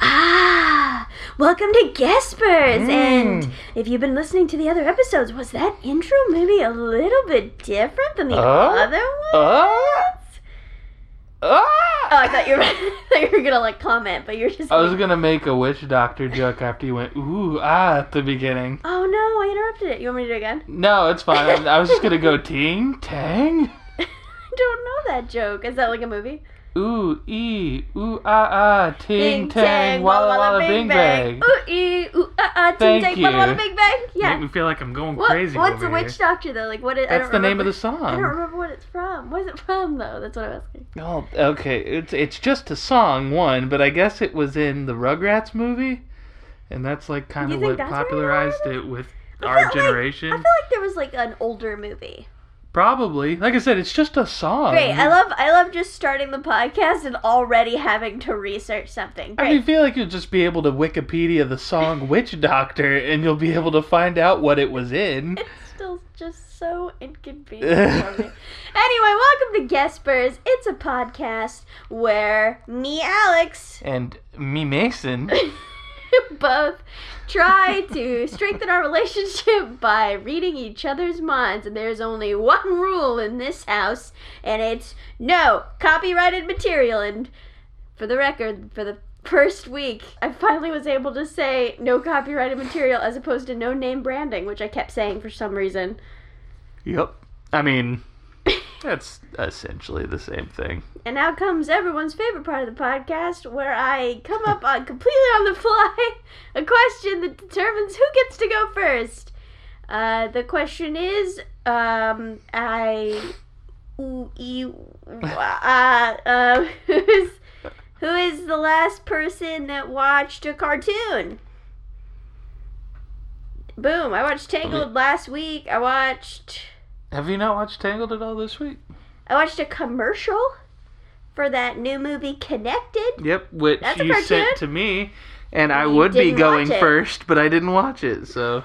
ah, Welcome to Gaspers. Mm. And if you've been listening to the other episodes, was that intro maybe a little bit different than the Uh, other one? Uh, uh, oh, I thought you were I thought you were gonna like comment, but you're just I was gonna make a witch doctor joke after you went ooh ah at the beginning. Oh no, I interrupted it. You want me to do it again? No, it's fine. I was just gonna go ting tang. I don't know that joke. Is that like a movie? Ooh ee ooh ah ah ting tang walla walla bing bang. Ooh ee ooh ah ah ting Thank tang walla walla you. bing bang. Yeah. Make me feel like I'm going What, crazy. what's over a witch Here. doctor though? Like what? Is, I That's don't the name remember, of the I don't song. remember what it's from. Where's it from though? That's what I'm asking. Oh, okay. It's it's just a song one, but I guess it was in the Rugrats movie, and that's like kind You of think what that's where it popularized originated? it with I our felt like- generation. I feel like there was like an older movie. Probably. Like I said, it's just a song. Great. I love I love just starting the podcast and already having to research I something. Great. mean, feel like you'll just be able to Wikipedia the song Witch Doctor and you'll be able to find out what it was in. It's still just so inconvenient for me. Anyway, welcome to Gaspers. It's a podcast where me, Alex, And me, Mason. both try to strengthen our relationship by reading each other's minds. And there's only one rule in this house, and it's no copyrighted material. And for the record, for the first week, I finally was able to say no copyrighted material as opposed to no name branding, which I kept saying for some reason. Yep. I mean, that's essentially the same thing. And now comes everyone's favorite part of the podcast, where I come up on completely on the fly a question that determines who gets to go first. Uh, the question is, um, I, ooh, ee, uh, uh, who's, who is the last person that watched a cartoon? Boom! I watched Tangled last week. I watched. Have you not watched Tangled at all this week? I watched a commercial for that new movie Connected. Yep, which That's a you sent cartoon? to me, and I You would be didn't going watch it. first, but I didn't watch it, so.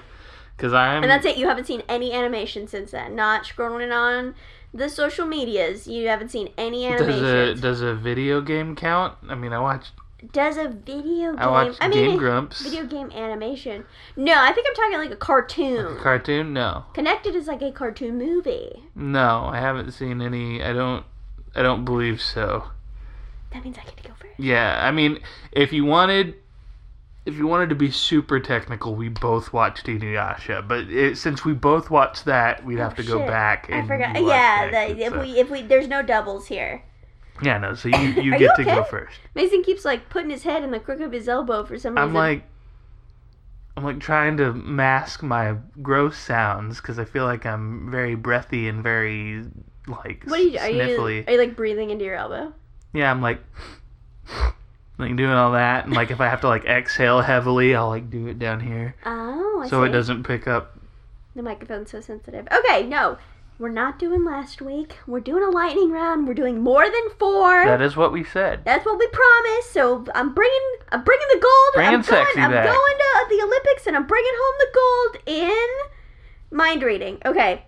Because I'm. And that's it. You haven't seen any animation since then. Not scrolling on the social medias. You haven't seen any Does a, animations. does a video game count? I mean, I watched Does a video game? I watched mean, Game Grumps. video game animation. No, I think I'm talking like a cartoon. Cartoon? No. Connected is like a cartoon movie. No, I haven't seen any. I don't. I don't believe so. That means I get to go first. Yeah, I mean, if you wanted, if you wanted to be super technical, we both watched Inuyasha. But it, since we both watched that, we'd have to go Oh, shit. back. And I forgot. watch that, Yeah, that if so- we if we there's no doubles here. Yeah, no. So you you Are get you to go okay? first. Mason keeps like putting his head in the crook of his elbow for some reason. I'm like. I'm like trying to mask my gross sounds because I feel like I'm very breathy and very like what are you? Are you, sniffly. are you like breathing into your elbow? yeah, I'm like like doing all that, and like if I have to like exhale heavily, I'll like do it down here, Oh, I so it see. doesn't pick up. The microphone's so sensitive. Okay, no, we're not doing last week. We're doing a lightning round. We're doing more than four. That is what we said. That's what we promised. So I'm bringing, I'm bringing the gold. Bringing I'm going, sexy I'm back. going to the Olympics, and I'm bringing home the gold in mind reading. Okay,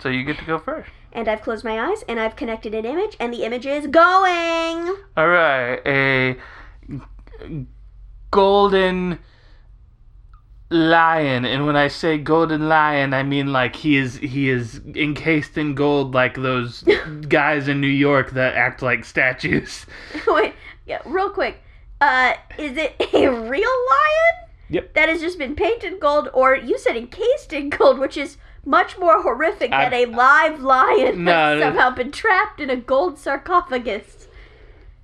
So you get to go first. and I've closed my eyes, and I've connected an image, and the image is going. All right, a golden lion, and when I say golden lion, I mean like he is he is encased in gold, like those guys in New York that act like statues. Wait, yeah, real quick. Uh, is it a real lion? Yep. That has just been painted gold, or you said encased in gold, which is much more horrific I- than a live lion No, that's no. somehow been trapped in a gold sarcophagus.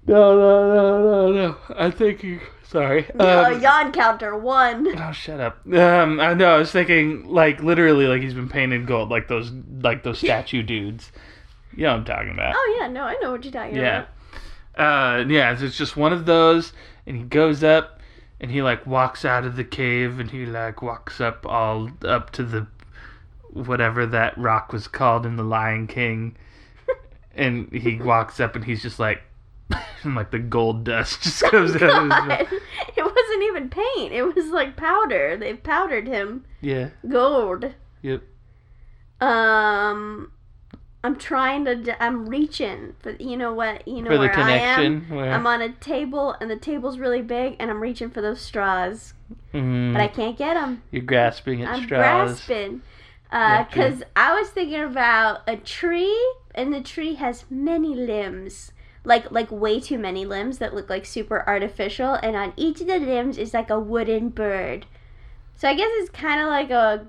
No, no, no, no, no. I think you. Sorry. Uh, Um, yawn counter one. Oh, shut up. Um, I know. I was thinking, like, literally, like he's been painted gold, like those, like those statue dudes. You know what I'm talking about? Oh yeah, no, I know what you're talking yeah. about. Uh, yeah. So it's just one of those, and he goes up, and he like walks out of the cave, and he like walks up all up to the whatever that rock was called in the Lion King, and he walks up, and he's just like, and, like the gold dust just comes out. Of his mouth. Oh God. It wasn't even paint. It was like powder. They powdered him Yeah. gold. Yep. Um, I'm trying to. d- I'm reaching, but you know what? You know for the where I am. connection. where- I'm on a table, and the table's really big, and I'm reaching for those straws, Mm, but I can't get them. you're grasping at I'm straws. grasping. Yeah, true. Because I was thinking about a tree, and the tree has many limbs. Like, like way too many limbs that look like super artificial, and on each of the limbs is like a wooden bird. So I guess it's kind of like a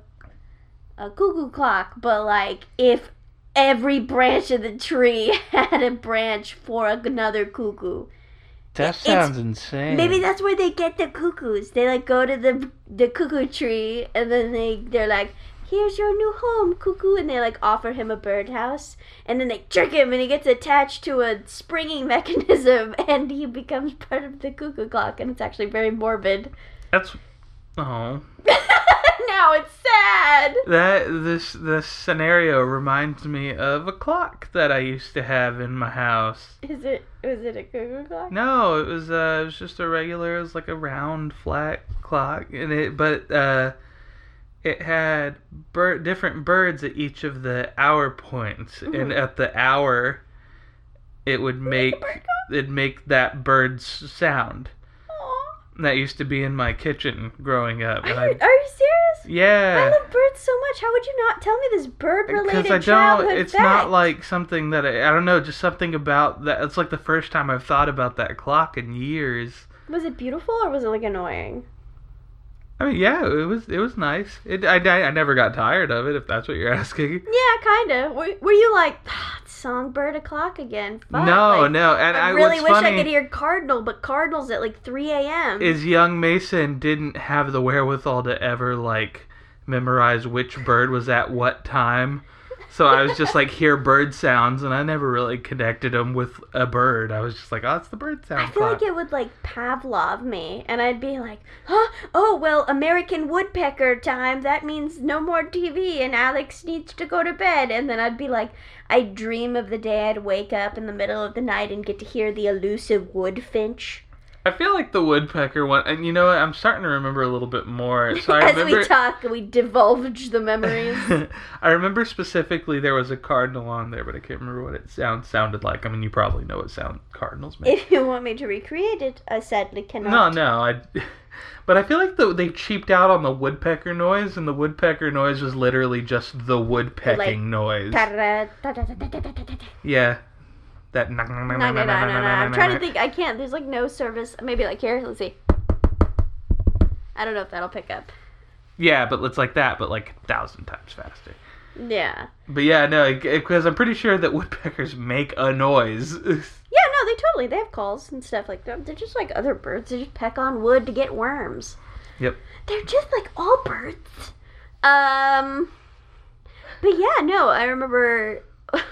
a cuckoo clock, but like if every branch of the tree had a branch for another cuckoo. That It's- sounds insane. Maybe that's where they get the cuckoos. They like go to the the cuckoo tree and then they they're like, "Here's your new home, cuckoo," and they like offer him a birdhouse, and then they trick him and he gets attached to a springing mechanism and he becomes part of the cuckoo clock and it's actually very morbid. That's oh now it's sad. that this this scenario reminds me of a clock that I used to have in my house. Is it was it a cuckoo clock? No, it was uh, it was just a regular. It was like a round flat clock, and it but uh, it had bir- different birds at each of the hour points, and Mhm. at the hour, it would make it'd make that bird's sound. Aw. And That used to be in my kitchen growing up. Are and you, I- are you serious? I yeah, love birds so much. How would you not tell me this bird related because I don't. childhood It's fact? not like something that I, I don't know. Just something about that. It's like the first time I've thought about that clock in years. Was it beautiful or was it like annoying? I mean, yeah, it was it was nice. It I, I, I never got tired of it, if that's what you're asking. Yeah, kind of. Were, were you like, "Ah, it's songbird o'clock again? Fuck. no, like, no, and I, I really what's wish funny I could hear cardinal, but cardinals at like 3 a.m. is young Mason didn't have the wherewithal to ever like memorize which bird was at what time. So I was just like hear bird sounds, and I never really connected them with a bird. I was just like, oh, it's the bird sound I feel clock. like it would like Pavlov me, and I'd be like, huh? Oh, well, American woodpecker time. That means no more TV, and Alex needs to go to bed. And then I'd be like, I dream of the day I'd wake up in the middle of the night and get to hear the elusive woodfinch. I feel like the woodpecker one, and you know what? I'm starting to remember a little bit more. So I As remember we talk, we divulge the memories. I remember specifically there was a cardinal on there, but I can't remember what it sound sounded like. I mean, you probably know what sound cardinals make. If you want me to recreate it, I sadly no, cannot. no, I. But I feel like the, they cheaped out on the woodpecker noise, and the woodpecker noise was literally just the woodpecking Like, noise. Ta-da-da-da-da-da-da-da-da-da. yeah, that. knock, knock, knock, No, knock, no, knock, no, no, knock, no. knock, I'm knock, trying to knock. think. I can't. There's like no service. Maybe like here. Let's see. I don't know if that'll pick up. Yeah, but it's like that, but like a thousand times faster. Yeah. But yeah, no, because I'm pretty sure that woodpeckers make a noise. Yeah. No, they totally. They have calls and stuff like that. They're just like other birds. They just peck on wood to get worms. Yep. They're just like all birds. Um. But yeah, no. I remember.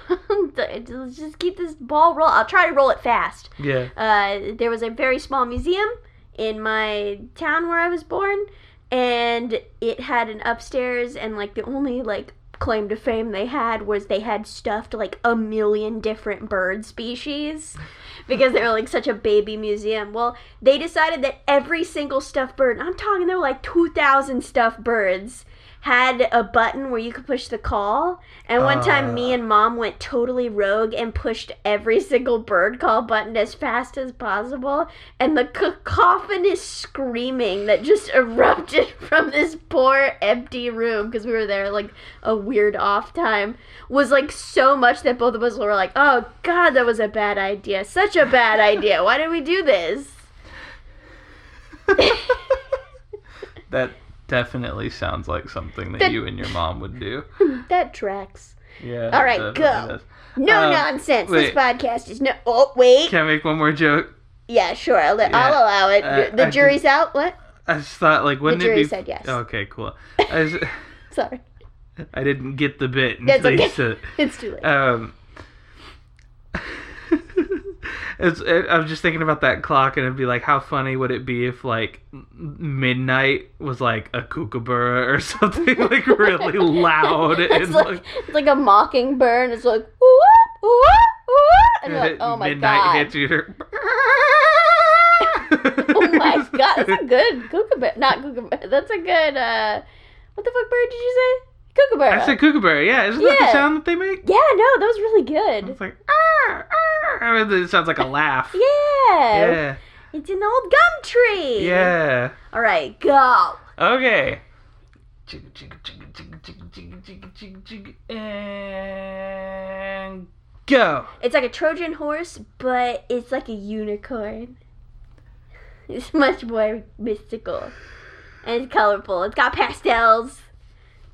Let's just keep this ball roll. I'll try to roll it fast. yeah. uh, there was a very small museum in my town where I was born, and it had an upstairs, and like the only like claim to fame they had was they had stuffed like a million different bird species because they were like such a baby museum. Well, they decided that every single stuffed bird, I'm talking there were like 2,000 stuffed birds, had a button where you could push the call. And one time, me Uh. and mom went totally rogue and pushed every single bird call button as fast as possible. And the cacophonous screaming that just erupted from this poor empty room because we were there like a weird off time was like so much that both of us were like, oh god, that was a bad idea. Such a bad idea. Why did we do this? That definitely sounds like something that, That- you and your mom would do. That tracks. Yeah. All right, that go. definitely does. No Um, nonsense. wait. This podcast is no. Oh, wait. Can I make one more joke? Yeah, sure. I'll, let- I'll Yeah. allow it. Uh, the I jury's out. What? I just thought, like, wouldn't jury it be? said yes. Okay, cool. I, was, Sorry. I didn't get the bit until That's you okay. said. It's too late. It. Um, it's. It, I was just thinking about that clock, and it'd be like, how funny would it be if like m- midnight was like a kookaburra or something like really loud it's, and like, like, it's like a mocking bird. It's like, whoop, whoop, whoop. And you're like, oh my midnight god. hits you. oh my god. That's a good kookaburra. Not kookaburra. That's a good, uh, what the fuck bird did you say? Kookaburra. I said kookaburra. Yeah, isn't that Yeah. the sound that they make? yeah, no, that was really good. It's like ah, ah. I mean, it sounds like a laugh. Yeah. Yeah. It's an old gum tree. Yeah. All right, go. Okay. Chicka, chicka, chicka, chicka, chicka, chicka, chicka, chicka, chicka, And go. It's like a Trojan horse, but it's like a unicorn. It's much more mystical. And it's colorful. It's got pastels.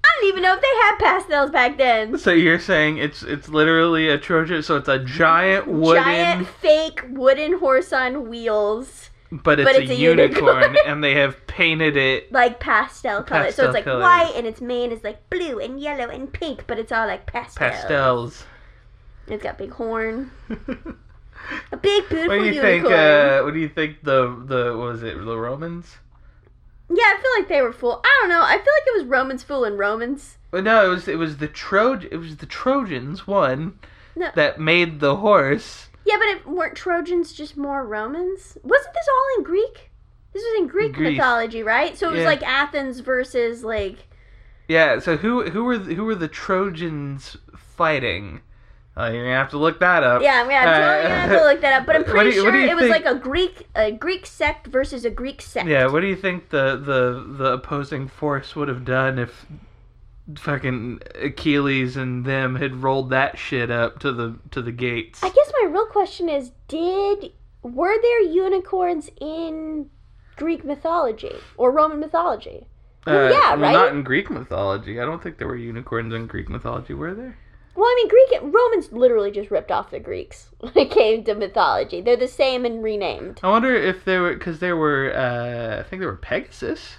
I don't even know if they had pastels back then. So you're saying it's it's literally a Trojan? So it's a giant wooden, Giant fake wooden horse on wheels. but it's but a it's a unicorn, unicorn. and they have painted it. Like pastel color. so Pastel it's like colors. white and its mane is like blue and yellow and pink, but it's all like pastel. Pastels. It's got big horn. what A big beautiful do you unicorn. think? Uh, what do you think the the what was it the Romans? Yeah, I feel like they were fool. I don't know. I feel like it was Romans fooling Romans. Well, no, it was it was the Troj it was the Trojans one No. that made the horse. Yeah, but it, weren't Trojans just more Romans? Wasn't this all in Greek? This was in Greek Greece. mythology, right? So it was Yeah. like Athens versus like Yeah, so who who were the, who were the Trojans fighting? Uh, you're gonna have to look that up. yeah. I'm gonna, I'm Uh, totally gonna have to look that up, but I'm what do pretty you- what sure do you it was think- like a Greek a Greek sect versus a Greek sect. Yeah, what do you think the the the opposing force would have done if fucking Achilles and them had rolled that shit up to the to the gates? Uh, I guess my real question is: Did were there unicorns in Greek mythology or Roman mythology? well, yeah, well, Not right? in Greek mythology. I don't think there were unicorns in Greek mythology, were there? Well, I mean, Greek Romans literally just ripped off the Greeks when it came to mythology. They're the same and renamed. I wonder if there were because there were uh, I think there were Pegasus.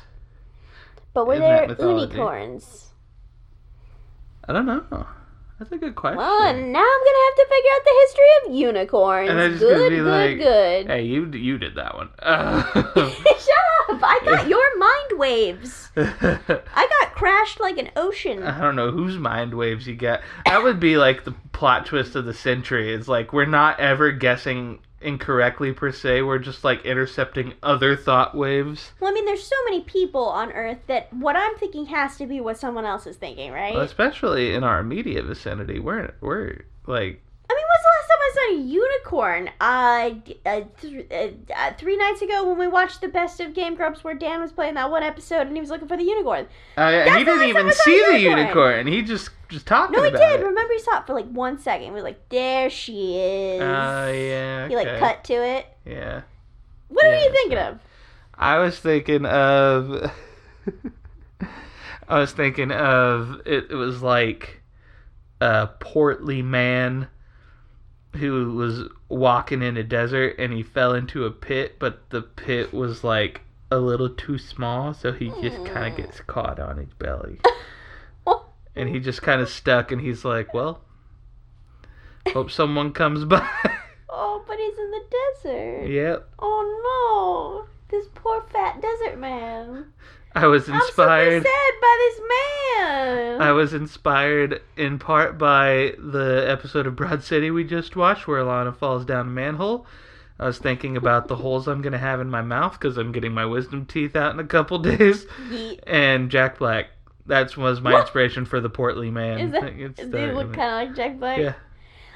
But were In that there mythology. unicorns? I don't know. That's a good question. Well, and now I'm gonna have to figure out the history of unicorns. And I just good, gonna be good, like- good. Hey, you you did that one. Shut up! I got your mind waves. I got crashed like an ocean. I don't know whose mind waves you get. That would be like the plot twist of the century. Is like we're not ever guessing incorrectly per se. We're just like intercepting other thought waves. well, I mean, there's so many people on Earth that what I'm thinking has to be what someone else is thinking, right? Well, especially in our immediate vicinity, we're we're like I mean, when's the last time I saw a unicorn? Uh, d- uh, th- uh, uh, three nights ago when we watched the best of Game Grumps, where Dan was playing that one episode and he was looking for the unicorn. I, he the last didn't time I even saw a see the unicorn. unicorn. He just just talking No, he about did. it. Remember, he saw it for like one second. We were like, "There she is." Oh yeah. He like okay. cut to it. Yeah. What Yeah, are you that's thinking right. of? I was thinking of. I was thinking of it, it was like a portly man who was walking in a desert and he fell into a pit, but the pit was like a little too small, so he just kind of gets caught on his belly. and he just kind of stuck and he's like, well, hope someone comes by. Oh, but he's in the desert. yep. Oh no, this poor fat desert man. I was I'm inspired. so sad by this man. I was inspired in part by the episode of Broad City we just watched where Alana falls down a manhole. I was thinking about the holes I'm going to have in my mouth because I'm getting my wisdom teeth out in a couple days. Yeet. And Jack Black. That was my What? inspiration for the Portly Man. Is that- It's Does the- he look kind of like Jack Black? Yeah.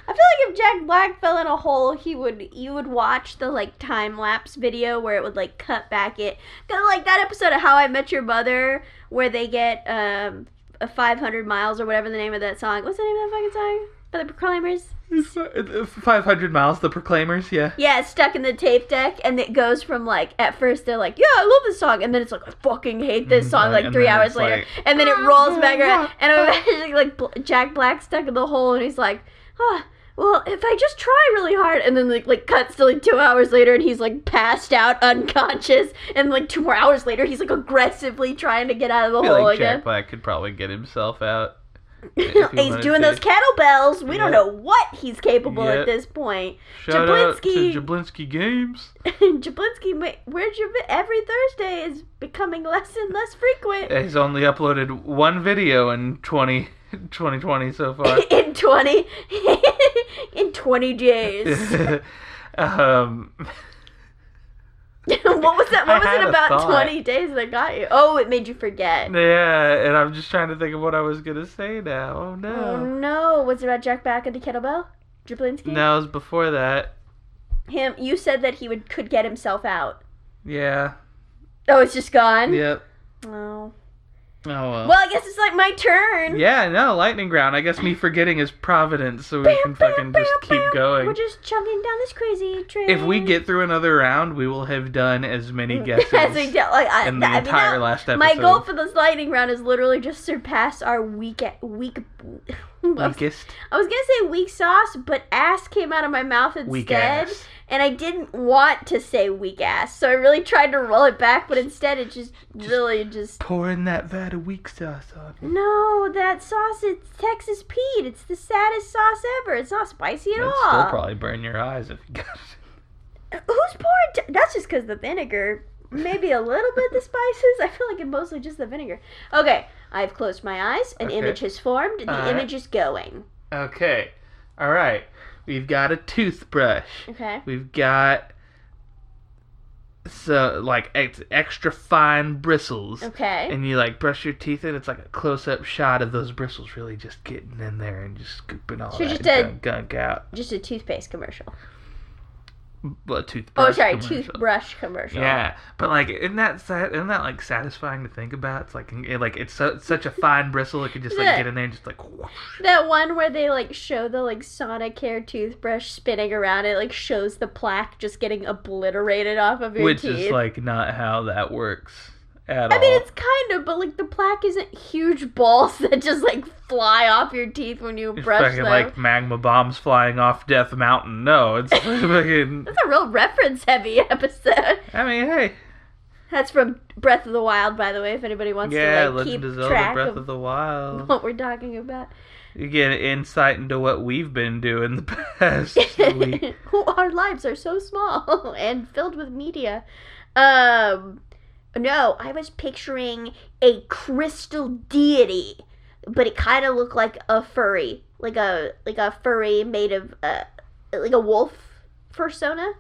I feel like if Jack Black fell in a hole, he would you would watch the like time lapse video where it would like cut back it kind of like that episode of How I Met Your Mother where they get um a 500 miles or whatever the name of that song. What's the name of that fucking song? By the Proclaimers. It's fi- uh, 500 miles, the Proclaimers, yeah. Yeah, it's stuck in the tape deck, and it goes from like at first they're like, "Yeah, I love this song," and then it's like, "I fucking hate this Mhm, song." right, Like and three then hours it's later, like, and then it "Ah, rolls yeah, back around, yeah, and I'm imagining like Bl- Jack Black stuck in the hole, and he's like, "Ah, well, if I just try really hard," and then like like cuts to like two hours later, and he's like passed out, unconscious, and like two more hours later, he's like aggressively trying to get out of the I feel hole like again. Jack Black could probably get himself out. if he he's wanted doing to. those kettlebells. We don't Yeah. know what he's capable Yeah. at this point. Shout out Jablinski. to Jablinski Games. Jablinski, wait, where's your vi- every Thursday is becoming less and less frequent He's only uploaded one video in 20, 2020 so far. in twenty in twenty days. um, what was that? I What was had it a about thought. 20 days that got you? Oh, it made you forget. Yeah, and I'm just trying to think of what I was gonna say now. Oh Oh no. no! Was it about Jack Black and the kettlebell? Dribblinski? No, it was before that. Him. You said that he would could get himself out. Yeah. Oh, it's just gone. Yep. Oh. Oh well. Well, I guess it's like my turn. Yeah, no, lightning round. I guess me forgetting is providence, so we can fucking just keep We're going. just chugging down this crazy train. If we get through another round, we will have done as many guesses as we do, like I, in the I mean, entire that- last episode. My goal for this lightning round is literally just surpass our weak weak. weakest, I was gonna say weak sauce, but ass came out of my mouth instead, weak ass. and I didn't want to say weak ass, so I really tried to roll it back, but instead it just really just Pouring that vat of weak sauce on. me. no. That sauce it's Texas Pete. It's the saddest sauce ever. It's not spicy at That'd all. still probably burn your eyes if you got it. Who's pouring? T- That's just because the vinegar. Maybe a little bit the spices. I feel like it mostly just the vinegar. Okay, I've closed my eyes. An Okay. image has formed. The Alright. image is going. Okay, all right. We've got a toothbrush. Okay. We've got so like ex- extra fine bristles. Okay. and you like brush your teeth and it's like a close up shot of those bristles really just getting in there and just scooping all So that just a- gunk, gunk out. Just a toothpaste commercial. Well, toothbrush. Oh, sorry, commercial. toothbrush commercial. Yeah, but like isn't that sad? Isn't that like satisfying to think about? It's like it, like it's, so, it's such a fine bristle. It could just like Yeah. get in there and just like. Whoosh. That one where they like show the like Sonicare toothbrush spinning around. It like shows the plaque just getting obliterated off of your Which teeth. is like not how that works at all. I mean, it's kind of, but like the plaque isn't huge balls that just like fly off your teeth when you It's brush fucking them. like magma bombs flying off Death Mountain. No, it's fucking. That's a real reference heavy episode. I mean, hey, That's from Breath of the Wild, by the way, if anybody wants yeah, to like Legend keep of Zelda: track Breath of, of the Wild. what we're talking about. You get an insight into what we've been doing the past week. Our lives are so small and filled with media. Um no, I was picturing a crystal deity, but it kind of looked like a furry, like a like a furry made of uh, like a wolf persona.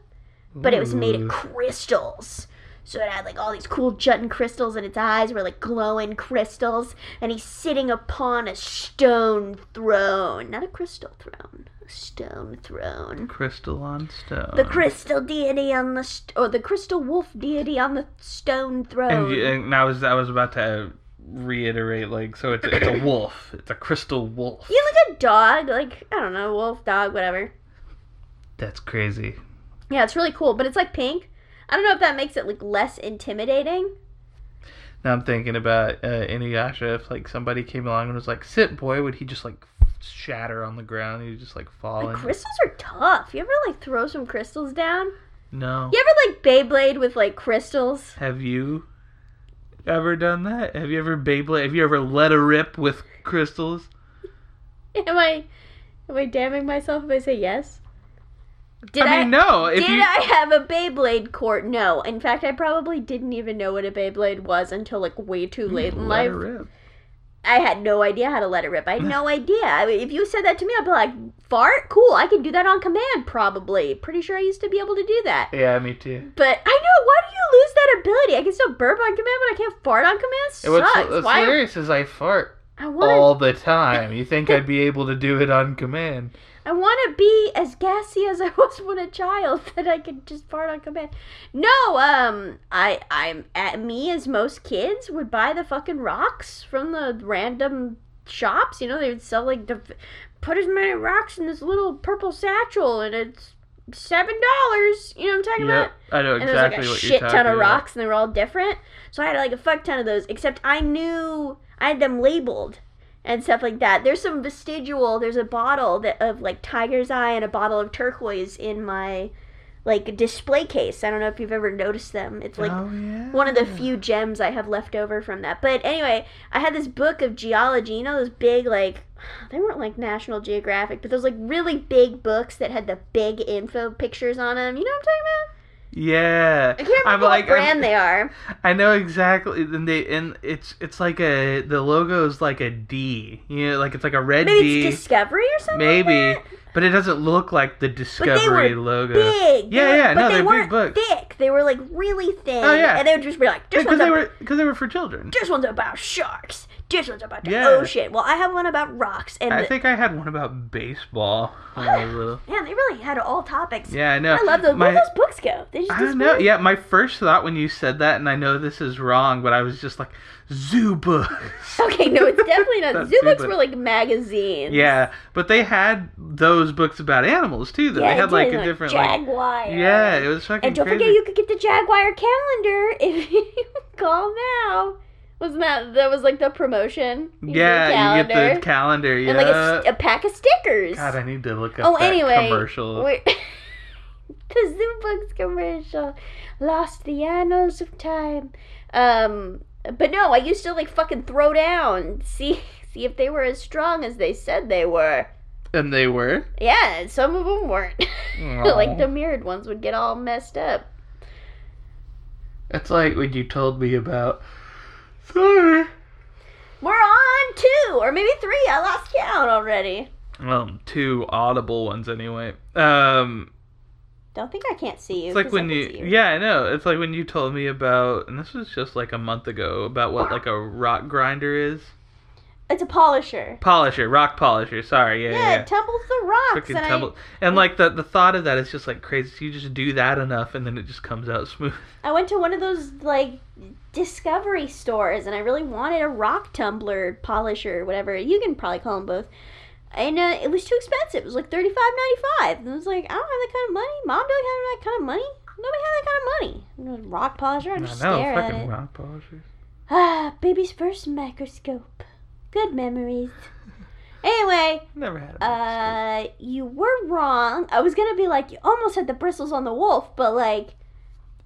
but it was made of Ooh. crystals. So it had like all these cool jutting crystals, and its eyes were like glowing crystals. And he's sitting upon a stone throne, not a crystal throne, a stone throne. crystal on stone. The crystal deity on the st- or the crystal wolf deity on the stone And, throne. you- and I was I was about to reiterate like so it's it's a wolf. It's a crystal wolf. You like a dog, like I don't know, wolf, dog, whatever. That's crazy. Yeah, it's really cool, but it's like pink. I don't know if that makes it like less intimidating. Now I'm thinking about uh, Inuyasha. If like somebody came along and was like, "Sit, boy," would he just like shatter on the ground? He'd just like fall. Like, and- crystals are tough. You ever like throw some crystals down? no. You ever like Beyblade with like crystals? Have you ever done that? Have you ever Beyblade? Have you ever let a rip with crystals? Am I am I damning myself if I say yes? Did I I, mean, no. If did you, I have a Beyblade court? No. In fact, I probably didn't even know what a Beyblade was until like way too late in Let life. a rip. I had no idea how to let it rip. I had no idea. I mean, if you said that to me, I'd be like, "Fart, cool. I can do that on command, probably. Pretty sure I used to be able to do that." Yeah, me too. But I know. Why do you lose that ability? I can still burp on command, but I can't fart on command. And what's, Sucks. what's Why? hilarious is I fart I want all the time. You think I'd be able to do it on command? I want to be as gassy as I was when a child that I could just fart on command. No, um, I, I'm at me as most kids would buy the fucking rocks from the random shops. You know, they would sell like the, put as many rocks in this little purple satchel, and it's seven dollars. You know what I'm talking about? Yep, I know and exactly there was like a what you're shit talking ton of about. rocks, and they were all different. So I had like a fuck ton of those. Except I knew I had them labeled and stuff like that. There's some vestigial. There's a bottle that of like tiger's eye and a bottle of turquoise in my like display case. I don't know if you've ever noticed them. It's like oh, yeah. one of the few gems I have left over from that. But anyway, I had this book of geology, you know, those big, like, they weren't like National Geographic, but those, like, really big books that had the big info pictures on them. You know what I'm talking about? Yeah, I can't I'm remember like what brand I'm, they are. I know exactly. And they and it's it's like a the logo is like a D. You know, like it's like a red Maybe D. it's Discovery or something. like maybe that? But it doesn't look like the Discovery logo. Big. They Yeah, were- yeah, but no, they they're big weren't books. thick. They were like really thin. Oh, yeah. And they would just be like, this Because one's, they ab- were because they were for children. this one's about sharks. This one's about the Yeah. ocean. Well, I have one about rocks. And I the- think I had one about baseball when I was little. man, they really had all topics. Yeah, I know. I love those. My- Where those books go? They just I don't know. disappeared? Yeah, my first thought when you said that, and I know this is wrong, but I was just like, zoo books. Okay, no, it's definitely not. That's Zoo too books bad. were like magazines. yeah, but they had those books about animals too. Though Yeah, they had it like did, a different like. Jaguar. Yeah, it was fucking And don't crazy. forget, you could get the Jaguar calendar if you call now. Wasn't that that was like the promotion? You get a yeah, you get the calendar. Yeah. and like a, s- a pack of stickers. God, I need to look up oh, that anyway, commercial. we're- the Zoo Books commercial lost the annals of time. Um, but no, I used to like fucking throw down, see see if they were as strong as they said they were. And they were. Yeah, some of them weren't. like the mirrored ones would get all messed up. It's like when you told me about. Sorry. We're on two or maybe three. I lost count already. Well, two audible ones anyway. Um, Don't think I can't see you. It's like 'cause I when can you, see yeah, I know. It's like when you told me about, and this was just like a month ago, about what like a rock grinder is. It's a polisher. Polisher, rock polisher. Sorry, yeah, Yeah, yeah. yeah. it tumbles the rocks. Frickin' And tumble- and like the the thought of that is just like crazy. You just do that enough, and then it just comes out smooth. I, I went to one of those like discovery stores, and I really wanted a rock tumbler polisher, whatever. You can probably call them both. And uh, it was too expensive. It was like thirty five ninety five. And I was like, I don't have that kind of money. Mom doesn't have that kind of money. Nobody had that kind of money. Rock polisher. I I know, just stare at fucking it. rock polishers. Ah, baby's first microscope. Good memories. Anyway, Never had. A uh, uh, you were wrong. I was gonna be like, you almost had the bristles on the wolf, but like,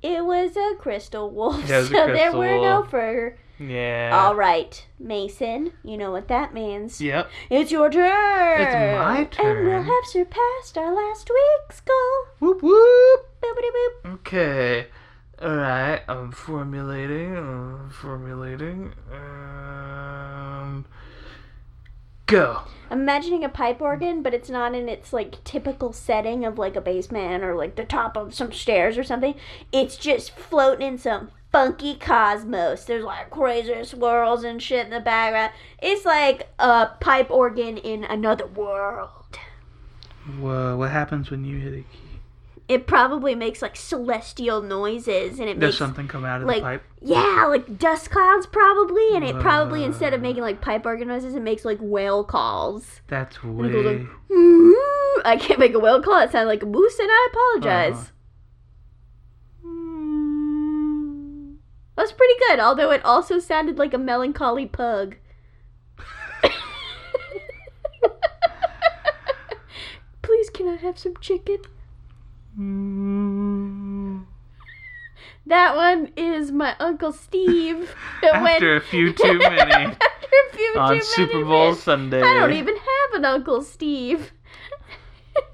it was a crystal wolf, Yeah, it was so a there crystal were no wolf. fur. yeah. All right, Mason, you know what that means. Yep. It's your turn. It's my And turn. we'll have surpassed our last week's goal. Whoop whoop. Boopity boop. Okay. Alright, I'm formulating, I'm formulating. Um, go. imagining a pipe organ, but it's not in its like typical setting of like a basement or like the top of some stairs or something. It's just floating in some funky cosmos. There's like crazy swirls and shit in the background. It's like a pipe organ in another world. Whoa, what happens when you hit a key? It probably makes like celestial noises and it Does makes something come out of like the pipe? yeah, like dust clouds probably, and it probably Whoa. instead of making like pipe organ noises, it makes like whale calls. That's it goes like- way. Mm-hmm. I can't make a whale call. It sounded like a moose, and I apologize. Uh-huh. That's pretty good, although it also sounded like a melancholy pug. Please, can I have some chicken? Mm. That one is my Uncle Steve. that went- After a few too many After a few too on many Super Bowl minutes. Sunday. I don't even have an Uncle Steve.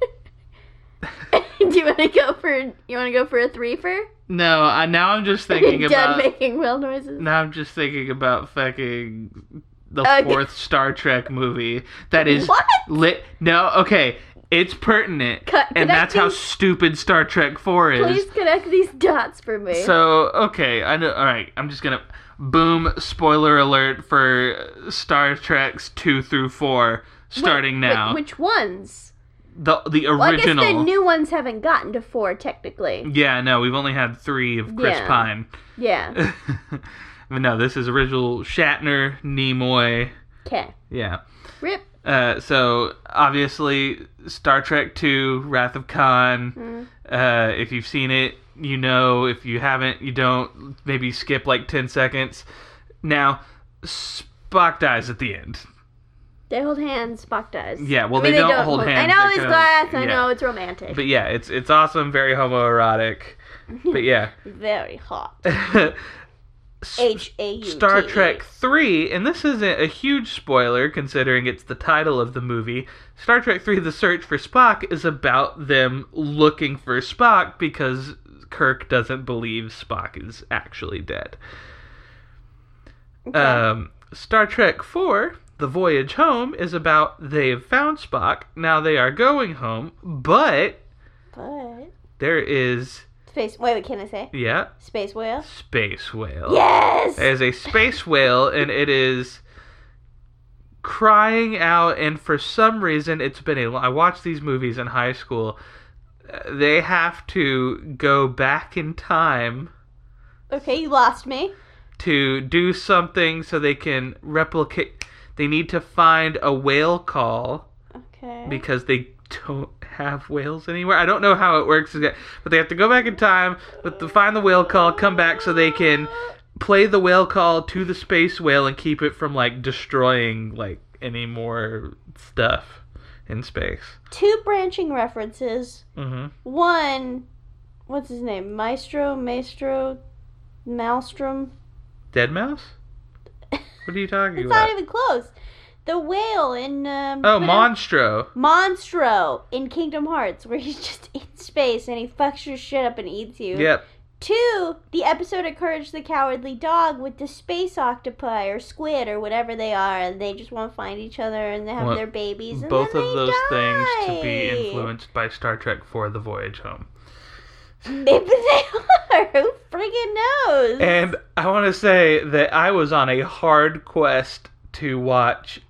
Do you want to go for? You want to go for a threefer? No, I, now I'm just thinking Done about. making whale noises. Now I'm just thinking about fucking the Okay. fourth Star Trek movie that is What? Lit? No, okay. It's pertinent, Cut- and that's how connecting- stupid Star Trek Four is. Please connect these dots for me. So okay, I know. All right, I'm just gonna boom spoiler alert for Star Trek's two through four starting Wait, now. Which ones? the the Well, I guess original. the new ones haven't gotten to four technically. yeah, no, we've only had three of Chris Yeah. Pine. Yeah. But no, this is original Shatner, Nimoy. Okay. Yeah. Rip. Uh, so obviously Star Trek Two: Wrath of Khan. Mm. Uh, if you've seen it, you know. If you haven't, you don't. Maybe skip like ten seconds. Now, Spock dies at the end. They hold hands. Spock does. Yeah, well, I mean, they, don't, hold hands. I know they it's go- glass. I yeah. know it's romantic. But yeah, it's it's awesome. Very homoerotic. But yeah, Very hot. S- H A U. Star T E. Trek 3, and this isn't a huge spoiler considering it's the title of the movie. Star Trek 3 The Search for Spock is about them looking for Spock because Kirk doesn't believe Spock is actually dead. Okay. Um, Star Trek 4 The voyage home is about they've found Spock, now they are going home, but But there is, space. Wait, what can I say? yeah, Space whale. space whale. Yes. There's a space whale, and it is crying out. And for some reason, it's been a. I watched these movies in high school. Uh, They have to go back in time Okay, you lost me. to do something so they can replicate. They need to find a whale call Okay. because they don't have whales anywhere. I don't know how it works, but they have to go back in time, but to find the whale call, come back so they can play the whale call to the space whale and keep it from like destroying like any more stuff in space. Two branching references. hmm One, what's his name? Maestro, Maestro, Maelstrom. Dead mouse? What are you talking It's not about? even close. The whale in um, Oh, Mon- Monstro. Monstro in Kingdom Hearts, where he's just in space and he fucks your shit up and eats you. Yep. Two, the episode of Courage the Cowardly Dog with the space octopi or squid or whatever they are, and they just want to find each other and they have Well, their babies. And Both then of they those things to be die. influenced by Star Trek for the voyage home. Maybe they are. Who friggin' knows? And I want to say that I was on a hard quest to watch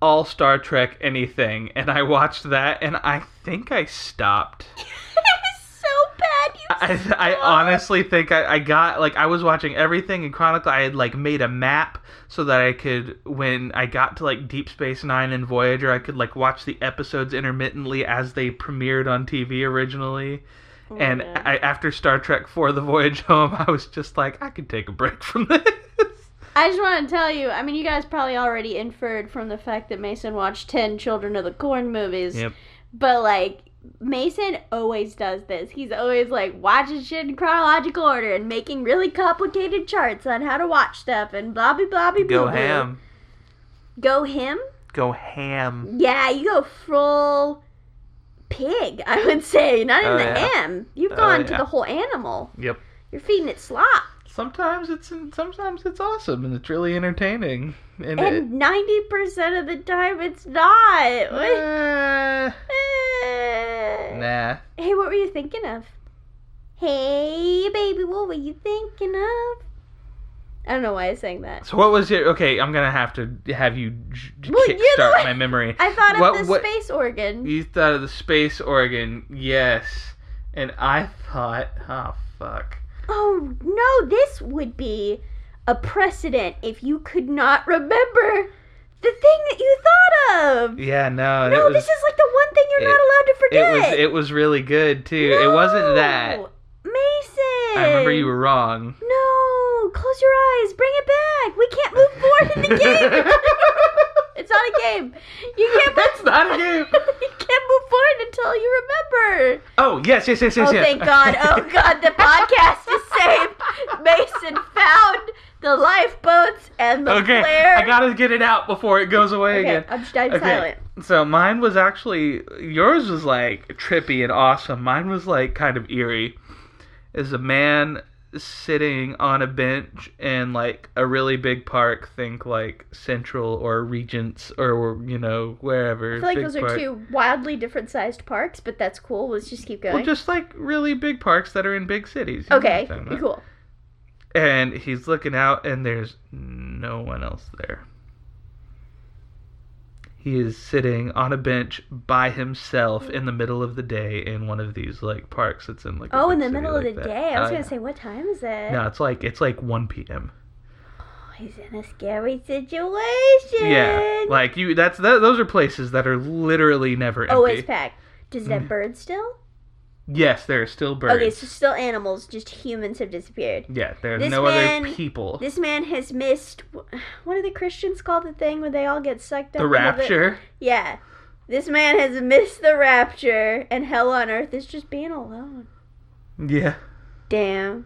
all Star Trek anything, and I watched that, and I think I stopped. it was so bad. You I, I suck. honestly think I, I got like I was watching everything in Chronicle. I had like made a map so that I could, when I got to like Deep Space Nine and Voyager, I could like watch the episodes intermittently as they premiered on TV originally. Oh my And God. I, after Star Trek for the voyage home, I was just like, I could take a break from this. I just want to tell you. I mean, you guys probably already inferred from the fact that Mason watched ten Children of the Corn movies. Yep. But like. Mason always does this. He's always like watching shit in chronological order and making really complicated charts on how to watch stuff and blah blah blah blah. Go blah, blah. ham. Go him? Go ham. Yeah, you go full pig. I would say not in Oh, the yeah. ham. You've Oh, gone to yeah. the whole animal. Yep. You're feeding it slop. Sometimes it's sometimes it's awesome and it's really entertaining. And, And ninety percent of the time, it's not. it, What- uh, nah. Hey, what were you thinking of? Hey, baby, what were you thinking of? I don't know why I sang that. So what was your okay? I'm gonna have to have you j- j- Well, you're the kickstart one- my memory. I thought of What- the what- space organ. You thought of the space organ, yes, and I thought, oh fuck. Oh no, this would be a precedent if you could not remember the thing that you thought of. Yeah, no. and No, it was, this is like the one thing you're it- not allowed to it forget. was it was really good too. It wasn't that. No, Mason. I remember you were wrong. No, close your eyes. Bring it back. We can't move forward in the game. it's not a game. You can't. That's not a game. you can't move forward until you remember. Oh yes, yes, yes, yes. Oh, yes. thank God. Oh, God. The podcast is saved. Mason found the lifeboats and the okay, flare. I gotta get it out before it goes away Okay, again. I'm, just- I'm Okay. silent. So mine was actually yours was like trippy and awesome. Mine was like kind of eerie. Is a man sitting on a bench in like a really big park, think like Central or Regents or you know wherever. I feel like big those are park. two wildly different sized parks, but that's cool. Let's just keep going. Well, just like really big parks that are in big cities. you know what I'm okay, talking about. cool. And he's looking out, and there's no one else there. He is sitting on a bench by himself in the middle of the day in one of these like parks that's in like. a Oh, in big the city middle like of the that. day. I was Oh, gonna yeah. say, what time is it? No, it's like it's like one p.m. Oh, he's in a scary situation. Yeah, like you. That's that, those are places that are literally never empty. always packed. Oh, Does it have Mm. birds still? Yes, there are still birds. Okay, so still animals, just humans have disappeared. yeah, there's this no man- other people. This man has missed. What do the Christians call the thing when they all get sucked up? The into rapture. Yeah. This man has missed the rapture, and hell on earth is just being alone. Yeah, Damn.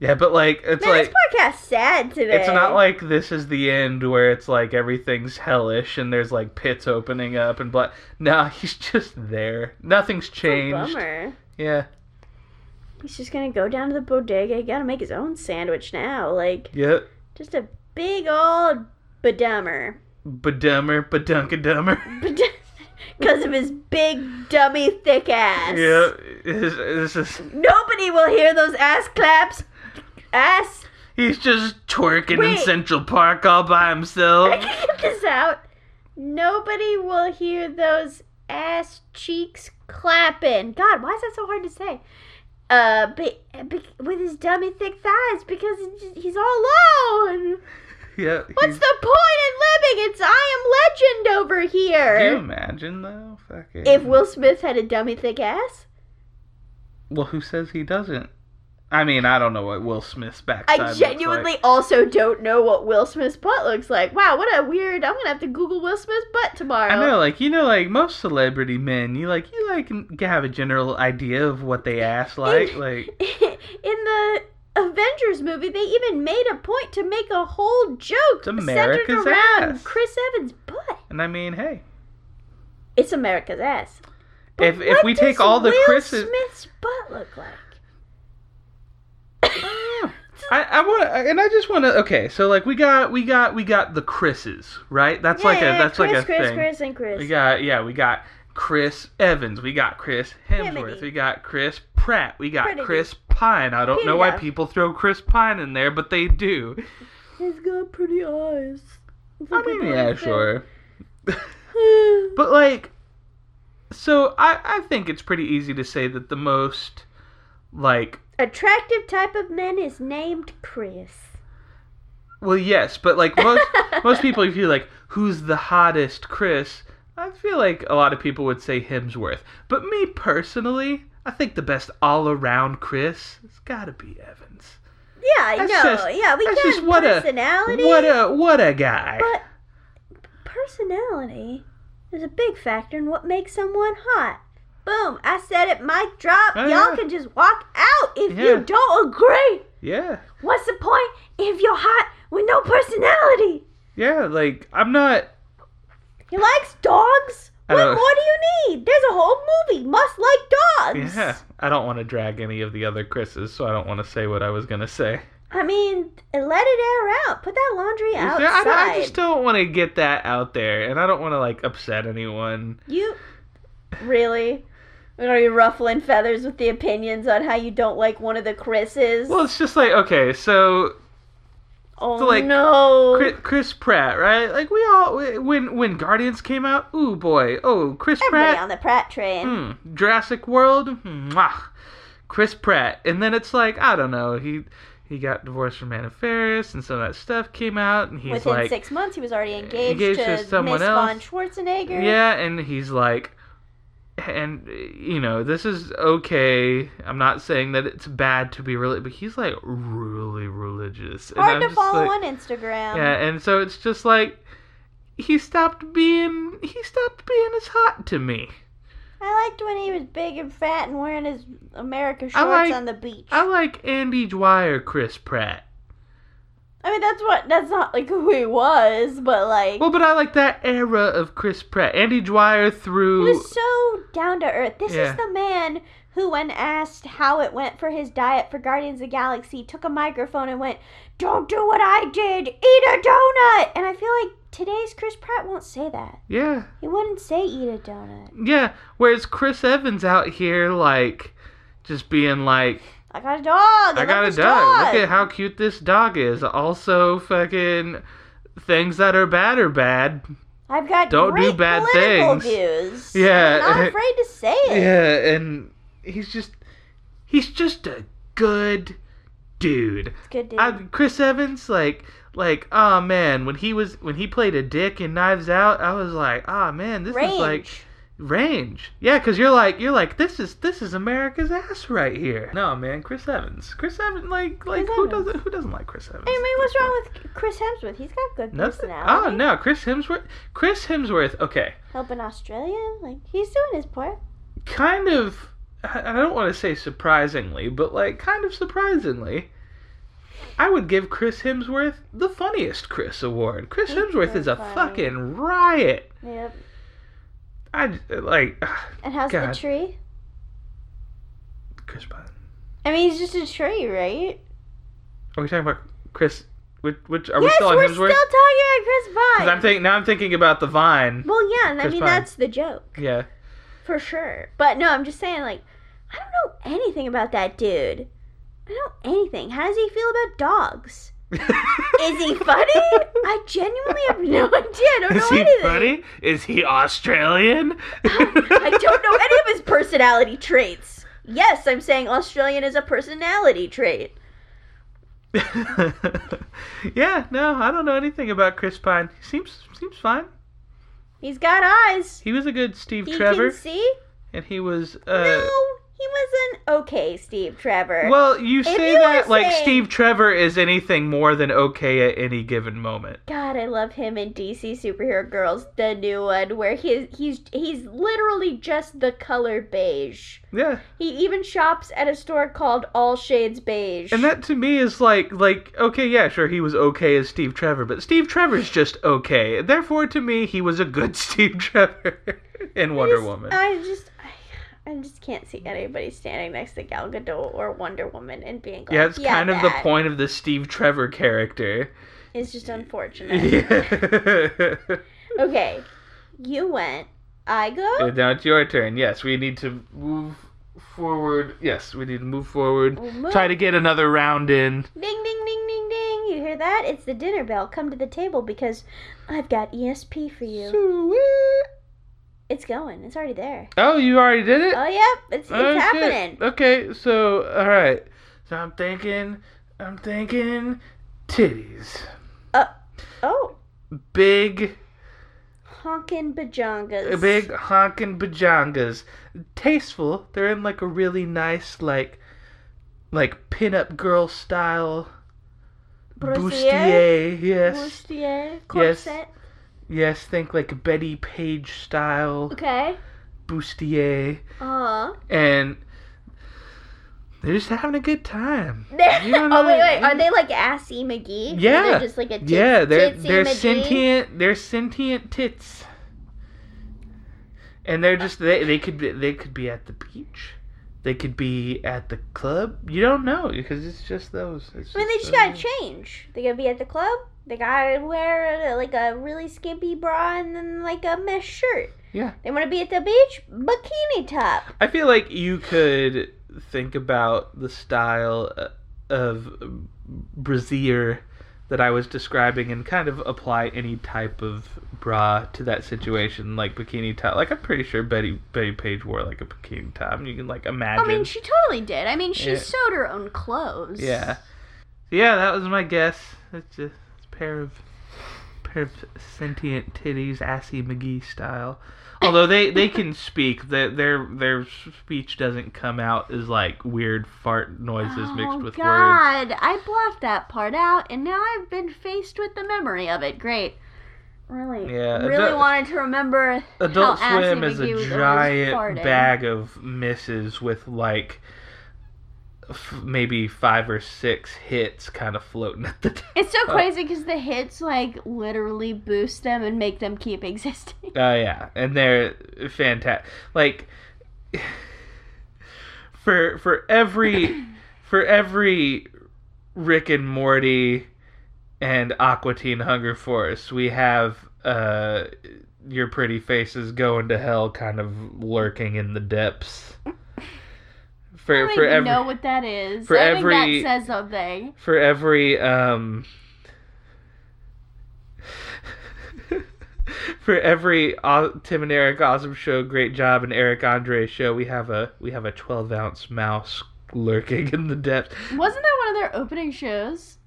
yeah, but like it's Man, like this podcast's sad today. It's not like this is the end where it's like everything's hellish and there's like pits opening up and blah. No, he's just there. Nothing's It's a changed. bummer. Yeah. He's just gonna go down to the bodega. He gotta make his own sandwich now. Like Yep. just a big old bedummer. Badummer, badunkadummer. because of his big, dummy, thick ass. Yeah, it's, it's just, Nobody will hear those ass claps. Ass. he's just twerking in Wait. Central Park all by I himself. can get this out. Nobody will hear those ass cheeks clapping. God, why is that so hard to say? Uh, be, be, with his dummy thick thighs because he's just- he's all alone. Yeah, What's he's- the point in living? It's I am legend over here. Can you imagine though? Fucking. If Will Smith had a dummy thick ass, well, who says he doesn't? I mean, I don't know what Will Smith's backside I looks genuinely like. also don't know what Will Smith's butt looks like. Wow, what a weird! I'm gonna have to Google Will Smith's butt tomorrow. I know, like you know, like most celebrity men, you like you like can have a general idea of what they ass like, like in the Avengers movie, they even made a point to make a whole joke It's America's centered around ass. Chris Evans' butt. And I mean, hey, It's America's ass. But if if what we take does all the Will Chris's, Smith's butt look like. I, I want and I just want to. Okay, so like we got we got we got the Chris's, right? That's like a Yeah, that's Chris, like a Chris, thing. Chris, and Chris. We got yeah, we got Chris Evans, we got Chris Hemsworth, Remedy. we got Chris Pratt, we got Remedy. Chris Pine. I don't know why Peter. people throw Chris Pine in there, but they do. He's got pretty eyes. I mean, yeah, sure. but But like, so I I think it's pretty easy to say that the most like attractive type of man is named Chris. Well, yes, but like most most people, if you like, who's the hottest Chris? I feel like a lot of people would say Hemsworth, but me personally, I think the best all around Chris has got to be Evans. Yeah, I That's know. just- yeah, we that's got just what a- personality. What a what a guy! But personality is a big factor in what makes someone hot. Boom, I said it, mic drop. Oh, Y'all yeah. can just walk out if Yeah. you don't agree. Yeah, What's the point if you're hot with no personality? yeah. Like I'm not. He likes dogs. I What don't- more do you need? There's a whole movie, must like dogs. Yeah, I don't want to drag any of the other Chris's, so I don't want to say what I was gonna say. I mean, let it air out. Put that laundry Is there- I, outside. don't- I just don't want to get that out there, and I don't want to like upset anyone. You really? We're gonna be ruffling feathers with the opinions on how you don't like one of the Chris's. Well, it's just like okay, so oh so, like, no! Chris, Chris Pratt, right? Like we all when when Guardians came out, ooh boy, oh Chris Everybody Pratt, on the Pratt train. mm, Jurassic World, mwah, Chris Pratt, and then it's like I don't know, he he got divorced from Anna Faris, and some of that stuff came out, and he's Within like, six months, he was already engaged, engaged to, to someone Miss Von else. Schwarzenegger. yeah, and he's like, and you know this is okay. I'm not saying that it's bad to be really, but he's like really religious. and I'm Hard to just follow like- on Instagram. Yeah, and so it's just like he stopped being he stopped being as hot to me. I liked when he was big and fat and wearing his America shorts I like- on the beach. I like Andy Dwyer, Chris Pratt. I mean, that's what. That's not like who he was, but like. Well, but I like that era of Chris Pratt. Andy Dwyer He through was so down to earth. This Yeah. is the man who, when asked how it went for his diet for Guardians of the Galaxy, took a microphone and went, Don't do what I did, eat a donut! And I feel like today's Chris Pratt won't say that. yeah, He wouldn't say eat a donut. yeah. Whereas Chris Evans out here like just being like, I got a dog! I, I love got a this dog. Look at how cute this dog is. Also, fucking things that are bad are bad. I've got Don't do great bad political things." views. Yeah. I'm not afraid to say it. Yeah, and he's just he's just a good dude. It's good to I, Chris Evans, like, like, oh man, when he was when he played a dick in Knives Out, I was like, oh man, this range. is like range. Yeah, because you're like, you're like, this is this is America's ass right here. No man, Chris Evans, Chris Evans, like, like who Evans. doesn't who doesn't like Chris Evans? Anyway, what's wrong with Chris Hemsworth? He's got good Nothing. personality. Oh no, Chris Hemsworth. Chris Hemsworth. Okay, Helping Australia, like he's doing his part. kind of. I I don't want to say surprisingly, but like kind of surprisingly, I would give Chris Hemsworth the funniest Chris award. Chris He's Hemsworth so is a funny. fucking riot. Yep. I like ah, ugh, And how's God. the tree? Chris Pine. I mean, he's just a tree, right? Are we talking about Chris Which, which are yes, we still on we're Hemsworth? still talking about Chris Pine. Because I'm thinking now. I'm thinking about the vine. well, yeah, and I Chris mean Pine. that's the joke Yeah, for sure. But no, I'm just saying, like, I don't know anything about that dude. I don't know anything. How does he feel about dogs? Is he funny? I genuinely have no idea. I don't Is know he anything. funny? Is he Australian? I don't know any of his personality traits. Yes, I'm saying Australian is a personality trait. yeah, no, I don't know anything about Chris Pine. He seems seems fine. He's got eyes. He was a good Steve He Trevor, can see. and he was. Uh, no, he was an okay Steve Trevor. Well, you say you that are like saying- Steve Trevor is anything more than okay at any given moment. God, I love him in DC Superhero Girls, the new one, where he's he's he's literally just the color beige. Yeah, He even shops at a store called All Shades Beige. and that to me is like like okay, yeah, sure, he was okay as Steve Trevor, but Steve Trevor's just okay. Therefore, to me, he was a good Steve Trevor in I Wonder just- Woman. I just. I, I just can't see anybody standing next to Gal Gadot or Wonder Woman and being like, yeah, it's kind of the that point of the Steve Trevor character. is just unfortunate. Yeah. okay, you went. I go. now it's your turn. Yes, we need to move forward. Yes, we need to move forward. We'll move. Try to get another round in. Ding, ding, ding, ding, ding. You hear that? It's the dinner bell. Come to the table because I've got ESP for you. Sweet. It's going. It's already there. Oh, you already did it? Oh, yep. It's, it's Oh, shit. happening. Okay, so all right. So I'm thinking, I'm thinking titties, Oh, big, uh, honkin' bajongas. big honking bajangas, tasteful. They're in like a really nice like, like pinup girl style Bustier. bustier. Yes, Bustier. Corset. yes. Think like Betty Page style Okay. bustier, Uh. and they're just having a good time. You don't know oh wait, that- wait. Are they like assy McGee? Or Yeah. They're just like a tit- yeah, they're titsy they're McGee? sentient. They're sentient tits, and they're just they they could be, they could be at the beach, they could be at the club. You don't know because it's just those. It's I mean, they just gotta change. They gotta be at the club. They gotta wear uh, like a really skimpy bra and then like a mesh shirt. Yeah. They want to be at the beach, bikini top. I feel like you could think about the style uh, of brassiere that I was describing and kind of apply any type of bra to that situation, like bikini top. Like I'm pretty sure Betty Betty Page wore like a bikini top. and You can like imagine. I mean, she totally did. I mean, she Yeah. sewed her own clothes. yeah, yeah, that was my guess. It's a pair of pair of sentient titties, assy McGee style. Although they, they can speak, their their their speech doesn't come out as like weird fart noises mixed with words. Oh, God, I blocked that part out, and now I've been faced with the memory of it. Great. Really, Yeah, really adult- wanted to remember. Adult how assy Swim is McGee was a always giant farting. bag of misses with like f- maybe five or six hits kind of floating at the top. It's so Uh, crazy because the hits like literally boost them and make them keep existing. Oh yeah, and they're fantastic. Like for for every for every Rick and Morty and Aqua Teen Hunger Force, we have uh your pretty faces going to hell kind of lurking in the depths. I For don't for even every know what that is. for I every- think that says something. for every um for every Au- Tim and Eric Awesome Show Great Job and Eric Andre Show we have a we have a 12 ounce mouse lurking in the depths Wasn't that one of their opening shows?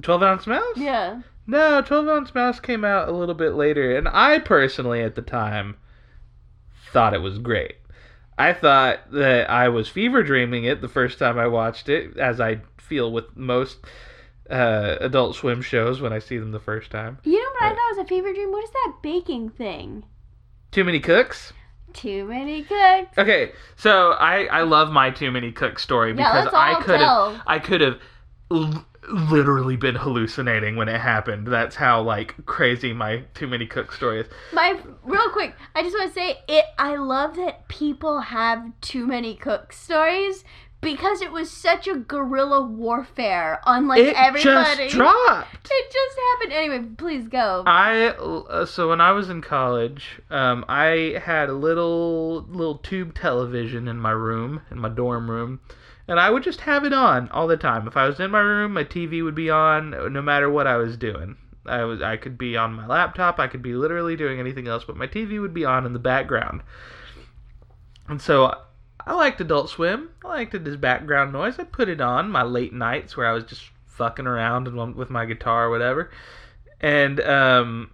12 ounce mouse Yeah. no 12 ounce mouse came out a little bit later and I personally at the time thought it was great I thought that I was fever dreaming it the first time I watched it as I feel with most uh, adult swim shows when I see them the first time You know what I Right. thought was a fever dream? What is that baking thing? too many cooks Too many cooks. Okay, so I I love my too many cook story Yeah, because let's all I could have tell. I could have l- literally been hallucinating when it happened. That's how like crazy my too many cook story is. My real quick, I just want to say it. I love that people have too many cook stories because it was such a guerrilla warfare on like it everybody. just dropped. just happened? Anyway, please go. I uh, so when I was in college, um, I had a little little tube television in my room, in my dorm room, and I would just have it on all the time. If I was in my room, my TV would be on no matter what I was doing. I was I could be on my laptop, I could be literally doing anything else, but my TV would be on in the background. And so I liked Adult Swim. I liked it as background noise. I'd put it on my late nights where I was just fucking around and with my guitar or whatever. And um,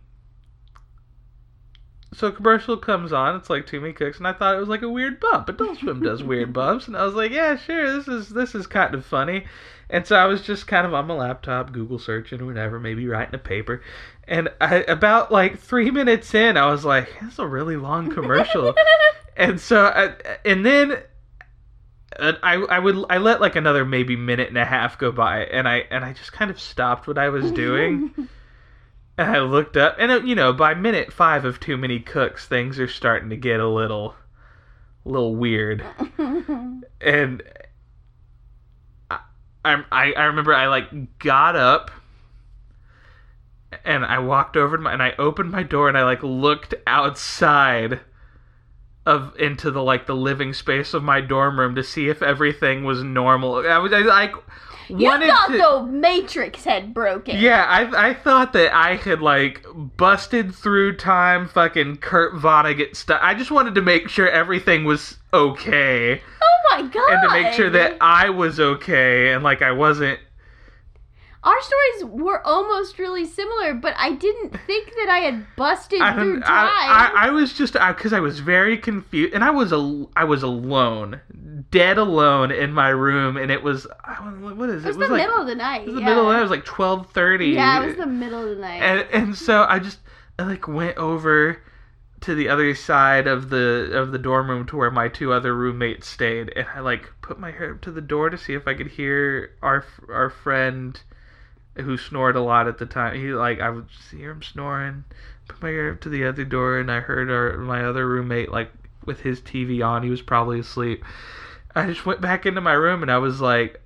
so a commercial comes on. It's like Toomey Cooks, and I thought it was like a weird bump. Adult Swim does weird bumps, and I was like, yeah, sure, this is this is kind of funny. And so I was just kind of on my laptop, Google searching, whatever, maybe writing a paper. And I, about like three minutes in, I was like, this is a really long commercial. and so I, and then uh, I I would I let like another maybe minute and a half go by and I and I just kind of stopped what I was doing and I looked up and uh, you know by minute 5 of too many cooks things are starting to get a little a little weird and I I I remember I like got up and I walked over to my and I opened my door and I like looked outside of into the like the living space of my dorm room to see if everything was normal. I was I, like you wanted thought to, the Matrix had broken. yeah, I I thought that I had like busted through time, fucking Kurt Vonnegut stuff. I just wanted to make sure everything was okay Oh my god. and to make sure that I was okay and like I wasn't. our stories were almost really similar, but I didn't think that I had busted I, through don't- time. I, I I was just because I was very confused and I was al- I was alone, dead alone in my room, and it was I was, what is it? it was It the like, middle of the It night. was yeah. the middle of the night. It was like twelve thirty. Yeah, it was the middle of the night. And and so I just I like went over to the other side of the of the dorm room to where my two other roommates stayed, and I like put my head up to the door to see if I could hear our our friend who snored a lot at the time. He like I would just hear him snoring. Put my ear up to the other door, and I heard our my other roommate like with his TV on. He was probably asleep. I just went back into my room and I was like,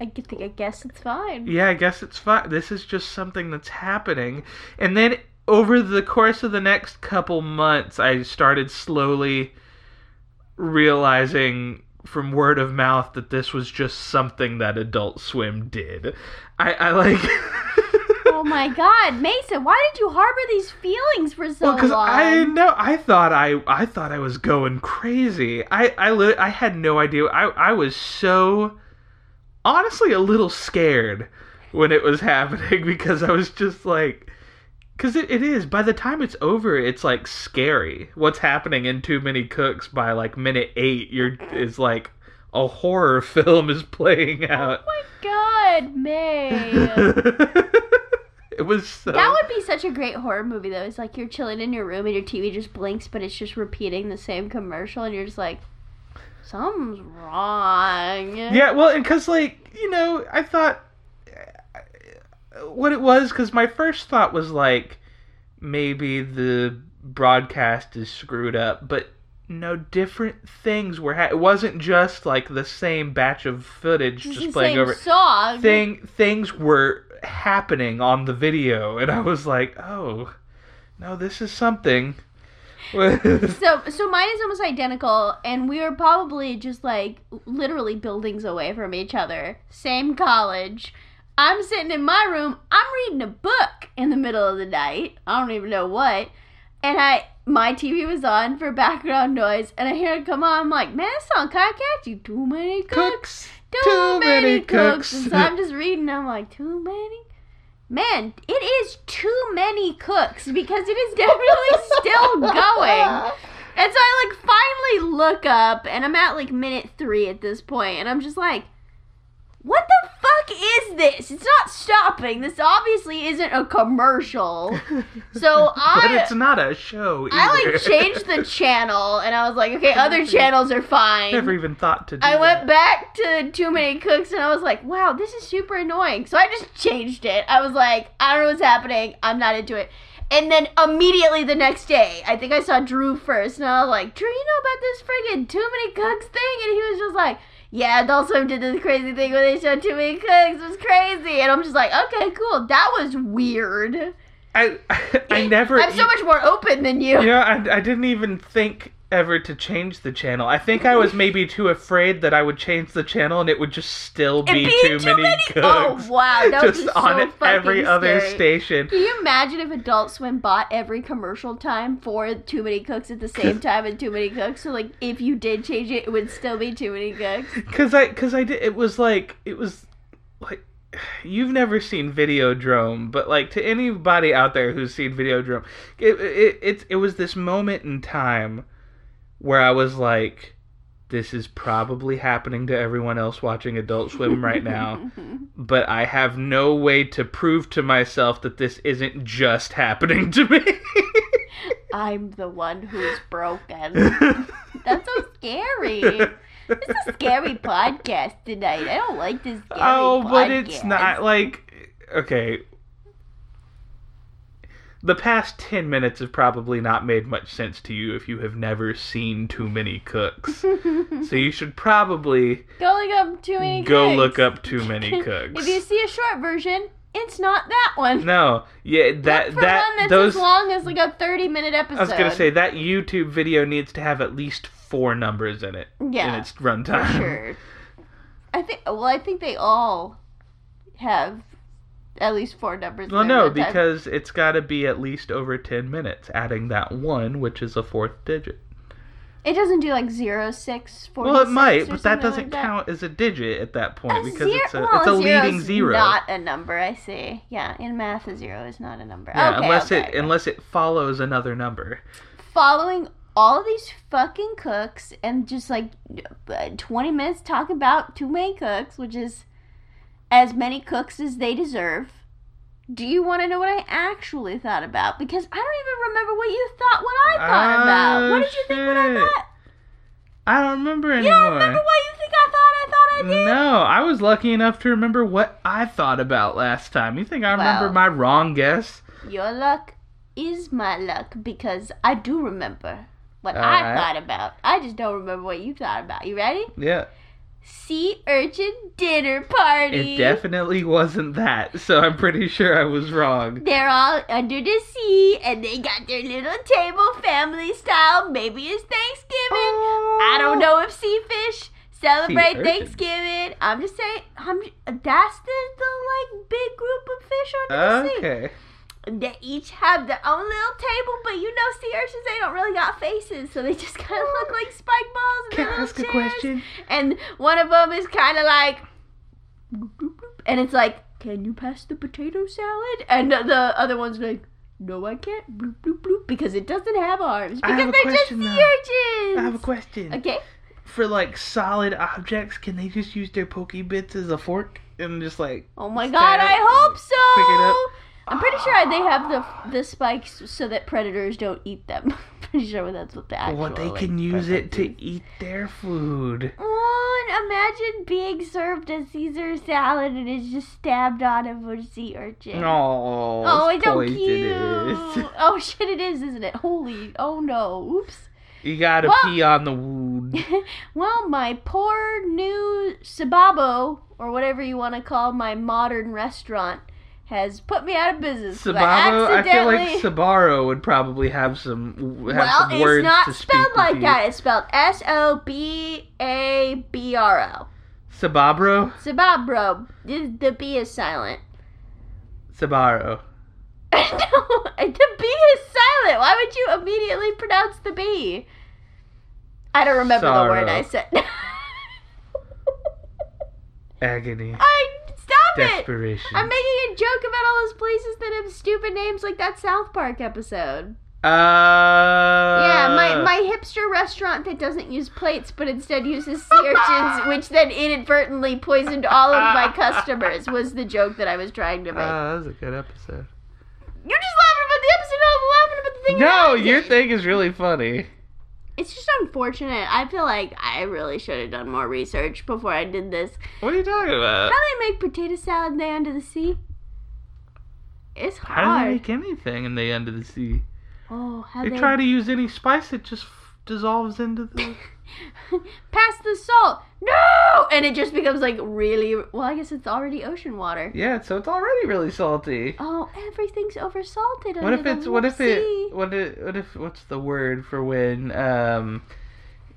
I g- think I guess it's fine. yeah, I guess it's fine. This is just something that's happening. And then over the course of the next couple months, I started slowly realizing from word of mouth that this was just something that Adult Swim did. I, I like. Oh my god, Mason, why did you harbor these feelings for so Well, because long? I know I thought I I thought I was going crazy. I I lit- I had no idea. I I was so honestly a little scared when it was happening because I was just like because it, it is by the time it's over it's like scary what's happening in too many cooks by like minute eight you're is like a horror film is playing out Oh my god, May. it was so Oh That would be such a great horror movie, though. It's like you're chilling in your room and your TV just blinks, but it's just repeating the same commercial, and you're just like, something's wrong. Yeah, well, and because like you know, I thought what it was because my first thought was like maybe the broadcast is screwed up, but no different things were. Ha- it wasn't just like the same batch of footage It's just the playing same over. song. Thing things were happening on the video, and I was like, oh no, this is something. So, so mine is almost identical, and we were probably just like literally buildings away from each other. Same college. I'm sitting in my room. I'm reading a book in the middle of the night. I don't even know what. And I, my TV was on for background noise, and I hear it come on. I'm like, man, that song kind of catchy. Too many cooks, Cooks. too, too many, many cooks. cooks. And so I'm just reading. I'm like, too many. Man, it is too many cooks because it is definitely still going. And so I like finally look up, and I'm at like minute three at this point, and I'm just like, what the fuck is this? It's not stopping. This obviously isn't a commercial. So But I. it's not a show. Either. I like changed the channel and I was like, okay, other channels are fine. Never even thought to. Do I that. went back to Too Many Cooks and I was like, wow, this is super annoying. So I just changed it. I was like, I don't know what's happening. I'm not into it. And then immediately the next day, I think I saw Drew first and I was like, Drew, you know about this friggin' Too Many Cooks thing? And he was just like, yeah, Adult Swim did this crazy thing where they showed too many cooks. It was crazy. And I'm just like, okay, cool. That was weird. I I, I never. e- I'm so much more open than you. You know, I, I didn't even think ever to change the channel. I think I was maybe too afraid that I would change the channel and it would just still It'd be be too, too many, many- cooks. Oh, wow, that would just be so on every fucking other scary. station. Can you imagine if Adult Swim bought every commercial time for Too Many Cooks at the same time and Too Many Cooks? So, like, if you did change it, it would still be Too Many Cooks. Cause I, cause I did. It was like it was like you've never seen Videodrome, but like to anybody out there who's seen Videodrome, it it it, it was this moment in time where I was like, this is probably happening to everyone else watching Adult Swim right now. but I have no way to prove to myself that this isn't just happening to me. I'm the one who's broken. That's so scary. This is a scary podcast tonight. I don't like this scary oh, but it's podcast. not like okay. The past 10 minutes have probably not made much sense to you if you have never seen too many cooks. so you should probably Go look up Too Many go Cooks. look up too many cooks. if you see a short version, it's not that one. no, yeah, that Look for that one that's those as long as like a 30 minute episode. I was gonna say that YouTube video needs to have at least four numbers in it in yeah, its runtime. sure. I think well, I think they all have at least four numbers. in Well, their no, runtime. because it's got to be at least over ten minutes. Adding that one, which is a fourth digit. it doesn't do like zero six four. Well, it might, but that doesn't like that. count as a digit at that point A because zero- it's a well, it's a zero's leading zero. Not a number, I see. Yeah, in math, a zero is not a number. yeah, okay, unless okay, it okay. unless it follows another number. following all of these fucking cooks and just like uh, 20 minutes talk about too many cooks, which is as many cooks as they deserve. Do you want to know what I actually thought about? Because I don't even remember what you thought what I thought about. What Ah, did you think what I shit. thought? I don't remember You anymore. don't remember what you think I thought I thought I did? no, I was lucky enough to remember what I thought about last time. You think I remember Wow. my wrong guess? Your luck is my luck because I do remember what I Alright. thought about. I just don't remember what you thought about. You ready? Yeah, Sea urchin dinner party. it definitely wasn't that. So I'm pretty sure I was wrong. They're all under the sea and they got their little table family style. Maybe it's Thanksgiving. I don't know if sea fish celebrate urchin. Thanksgiving. I'm just saying, I'm that's the, the like big group of fish under the sea. Okay. they each have their own little table, but you know, sea urchins they don't really got faces, so they just kind of look like spike balls. In Can their I little ask a chairs. question? And one of them is kind of like, "Boop, boop, boop," and it's like, can you pass the potato salad? And the- the other one's like, no, I can't. Bloop bloop bloop because it doesn't have arms I because have a they're question, just sea though. urchins. I have a question. Okay, For like solid objects, can they just use their pokey bits as a fork and just like Oh my Stand god, up, I hope so. pick it up. I'm pretty sure they have the the spikes so that predators don't eat them. pretty sure that's what the actual. well they like, can use it purpose is. to eat their food. One, imagine being served a Caesar salad and it's just stabbed on of a sea urchin. Oh, Oh, it's it's so cute. poisonous. Oh shit, it is, isn't it? Holy, oh no, oops. You gotta Well- pee on the wood. well, my poor new Sababo, or whatever you want to call my modern restaurant, has put me out of business. 'cause Sabaro, I feel like accidentally- Sabaro would probably have some w- have well, some it's words not to speak spelled with like you. that. It's spelled S O B A B R Sababro, O. Sababro. The, the B is silent. Sabaro. no, the B is silent. Why would you immediately pronounce the B? I don't remember the word I said. Agony, I stop it. desperation. I'm making a joke about all those places that have stupid names like that South Park episode. Uh, yeah, my, my hipster restaurant that doesn't use plates but instead uses sea urchins, which then inadvertently poisoned all of my customers, was the joke that I was trying to make. Ah, that was a good episode. you're just laughing about the episode, I'm laughing about the thing. that No, I your did. thing is really funny. It's just unfortunate. I feel like I really should have done more research before I did this. What are you talking about? How do they make potato salad there under the sea? It's How do they hard. make anything in the end of the sea? oh, how They they try to use any spice, it just f- dissolves into the Pass the salt. No! And it just becomes like really. Well, I guess it's already ocean water. Yeah, so it's already really salty. Oh, everything's oversalted. What under if the it's what if sea. it what if, what if what's the word for when um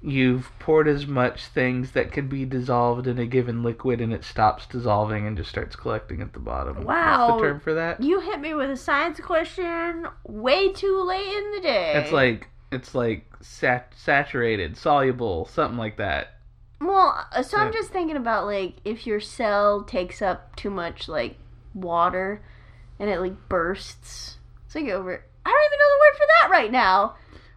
you've poured as much things that can be dissolved in a given liquid and it stops dissolving and just starts collecting at the bottom. Wow. What's the term for that? You hit me with a science question way too late in the day. It's like it's like sat- saturated, soluble, something like that. Well, uh, so I'm Yeah. just thinking about like if your cell takes up too much like water and it like bursts. It's like over. I don't even know the word for that right now.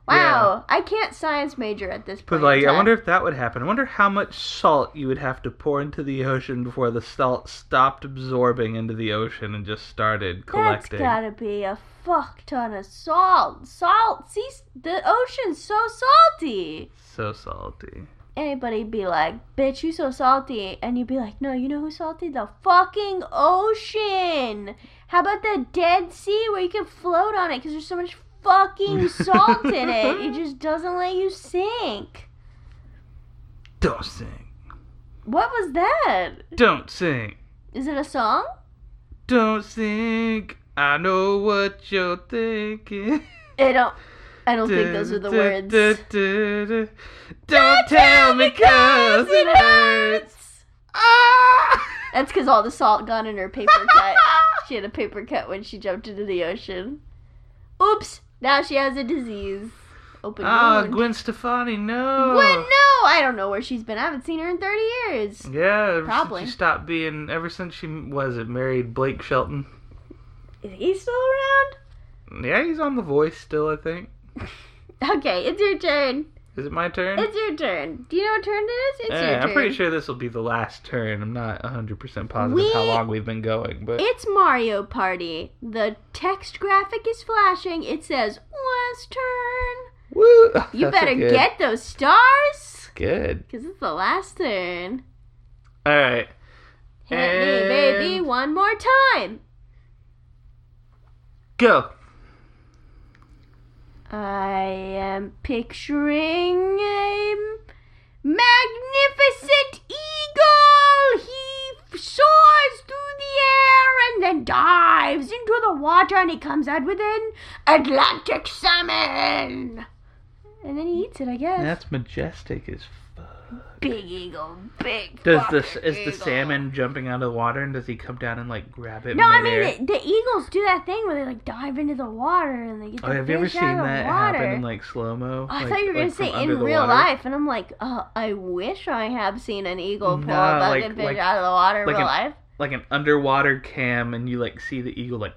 Wow, I can't science major at this point. But in like, I time. wonder if that would happen. I wonder how much salt you would have to pour into the ocean before the salt stopped absorbing into the ocean and just started That's collecting. gotta be a fuck ton of salt. Salt. See, s- the ocean's so salty. so salty. Anybody be like, "Bitch, you so salty," and you'd be like, "No, you know who's salty? The fucking ocean. How about the Dead Sea where you can float on it because there's so much fucking salt in it, it just doesn't let you sink." Don't sing. What was that? Don't sing. Is it a song? Don't sing. I know what you're thinking. I don't. I don't think those are the words. words. Don't tell me cause it hurts. Ah! That's because all the salt gone in her paper cut. she had a paper cut when she jumped into the ocean. Oops! Now she has a disease. Open Ah, wound. Gwen Stefani, no. Gwen, no! I don't know where she's been. I haven't seen her in 30 years. Yeah, ever Probably. since she stopped being, ever since she was it married Blake Shelton. Is he still around? Yeah, he's on The Voice still, I think. Okay, it's your turn. Is it my turn? It's your turn. Do you know what turn it is? It's Um, yeah, your turn. I'm pretty sure this will be the last turn. I'm not 100% positive We- how long we've been going, but It's Mario Party. The text graphic is flashing. It says, last turn. woo! You That's a better good- get those stars. good. Because it's the last turn. All right. Hit me, baby, And- one more time. Go. I am picturing a magnificent eagle. He soars through the air and then dives into the water, and he comes out with an Atlantic salmon. And then he eats it, I guess. That's majestic as fuck. Big eagle, big. Does this fucking is the eagle. salmon jumping out of the water and does he come down and like grab it? No, I mean midair? the, the eagles do that thing where they like dive into the water and they get. The Oh, have you ever fish seen out of the that water. Oh, happen in like slow mo? I thought you were gonna say in real life, and I'm like, uh, I wish I have seen an eagle pull No, a like- bucket fish like- out of the water in like an- real life. Like an underwater cam, and you like see the eagle like.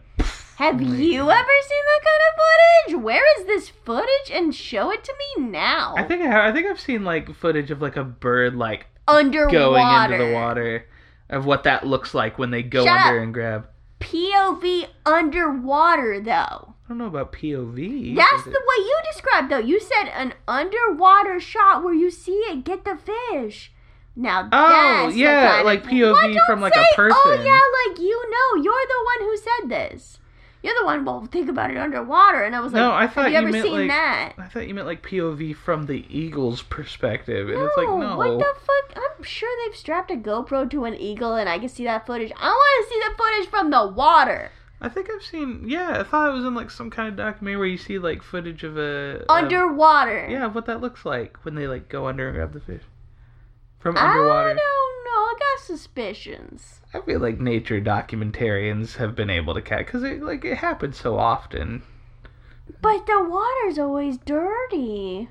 Have like- you ever seen that kind of footage? Where is this footage? And show it to me now. I think I, have, I think I've seen like footage of like a bird like underwater. going into the water, of what that looks like when they go Shut under up. and grab. POV underwater though. I don't know about POV. but That's the it- way you described though. You said an underwater shot where you see it get the fish. Now Oh that's the yeah, kind of- like POV Well, don't from like a say, person. Oh yeah, like you know, you're the one who said this. You're the one. Well, think about it underwater, and I was like, No, I thought Have you, you, ever meant seen like that? I thought you meant like POV from the eagle's perspective, and no, it's like no. what the fuck? I'm sure they've strapped a GoPro to an eagle, and I can see that footage. I want to see the footage from the water, I think I've seen. Yeah, I thought it was in like some kind of documentary where you see like footage of a um, underwater. yeah, what that looks like when they like go under and grab the fish from I don't underwater. know. I got suspicions. I feel like nature documentarians have been able to catch because it like it happens so often. But the water's always dirty.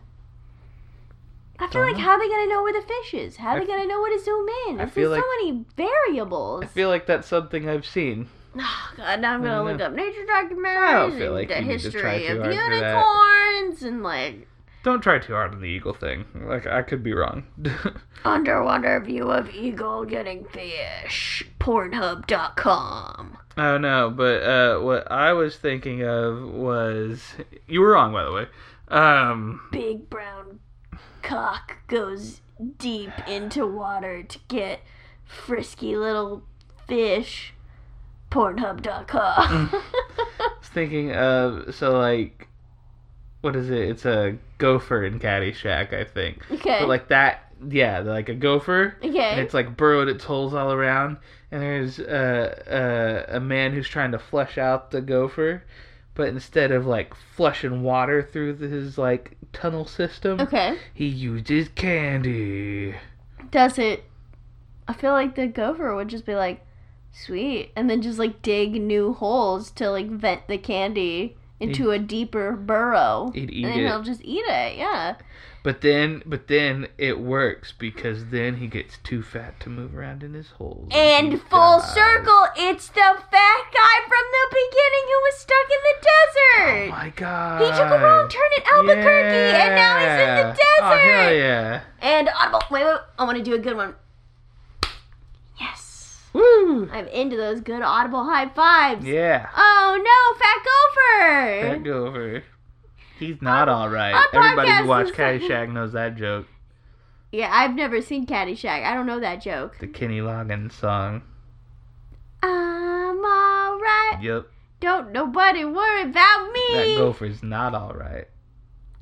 I feel Don't like know. how they gonna know where the fish is? How I they f- gonna know where to zoom in? I It's feel there's like- so many variables. I feel like that's something I've seen. Oh god, now I'm gonna don't look know. up nature I documentaries don't feel and like the you need to try history too of hard for that. unicorns and like Don't try too hard on the eagle thing. Like I could be wrong. underwater view of eagle getting fish. Pornhub.com. Oh no, but uh, what I was thinking of was you were wrong, by the way. Um, Big brown cock goes deep into water to get frisky little fish. Mm. Pornhub.com. I was thinking of so like what is it? It's a gopher in Caddyshack, I think. Okay. But like that, yeah, like a gopher. And okay. it's like burrowed its holes all around, and there's a, a a man who's trying to flush out the gopher, but instead of like flushing water through his like tunnel system, Okay. he uses candy. Doesn't. I feel like the gopher would just be like, sweet, and then just like dig new holes to like vent the candy into a deeper burrow. He'd eat and then it. he'll just eat it, yeah. But then, but then it works because then he gets too fat to move around in his holes. he And full dies. circle, it's the fat guy from the beginning who was stuck in the Oh desert. my god! he took a wrong turn at Albuquerque, and now he's in the Yeah. desert. Oh hell yeah! And audible. Wait, wait. I want to do a good one. Yes, Woo! I'm into those good audible high fives. Yeah. Oh no, Fat Gopher! That over. He's not all right. our Everybody podcast who watched is like- Caddyshack knows that joke. Yeah, I've never seen Caddyshack. I don't know that joke. The Kenny Loggins song. I'm alright. Yep, Don't nobody worry about that me. gopher's not all right.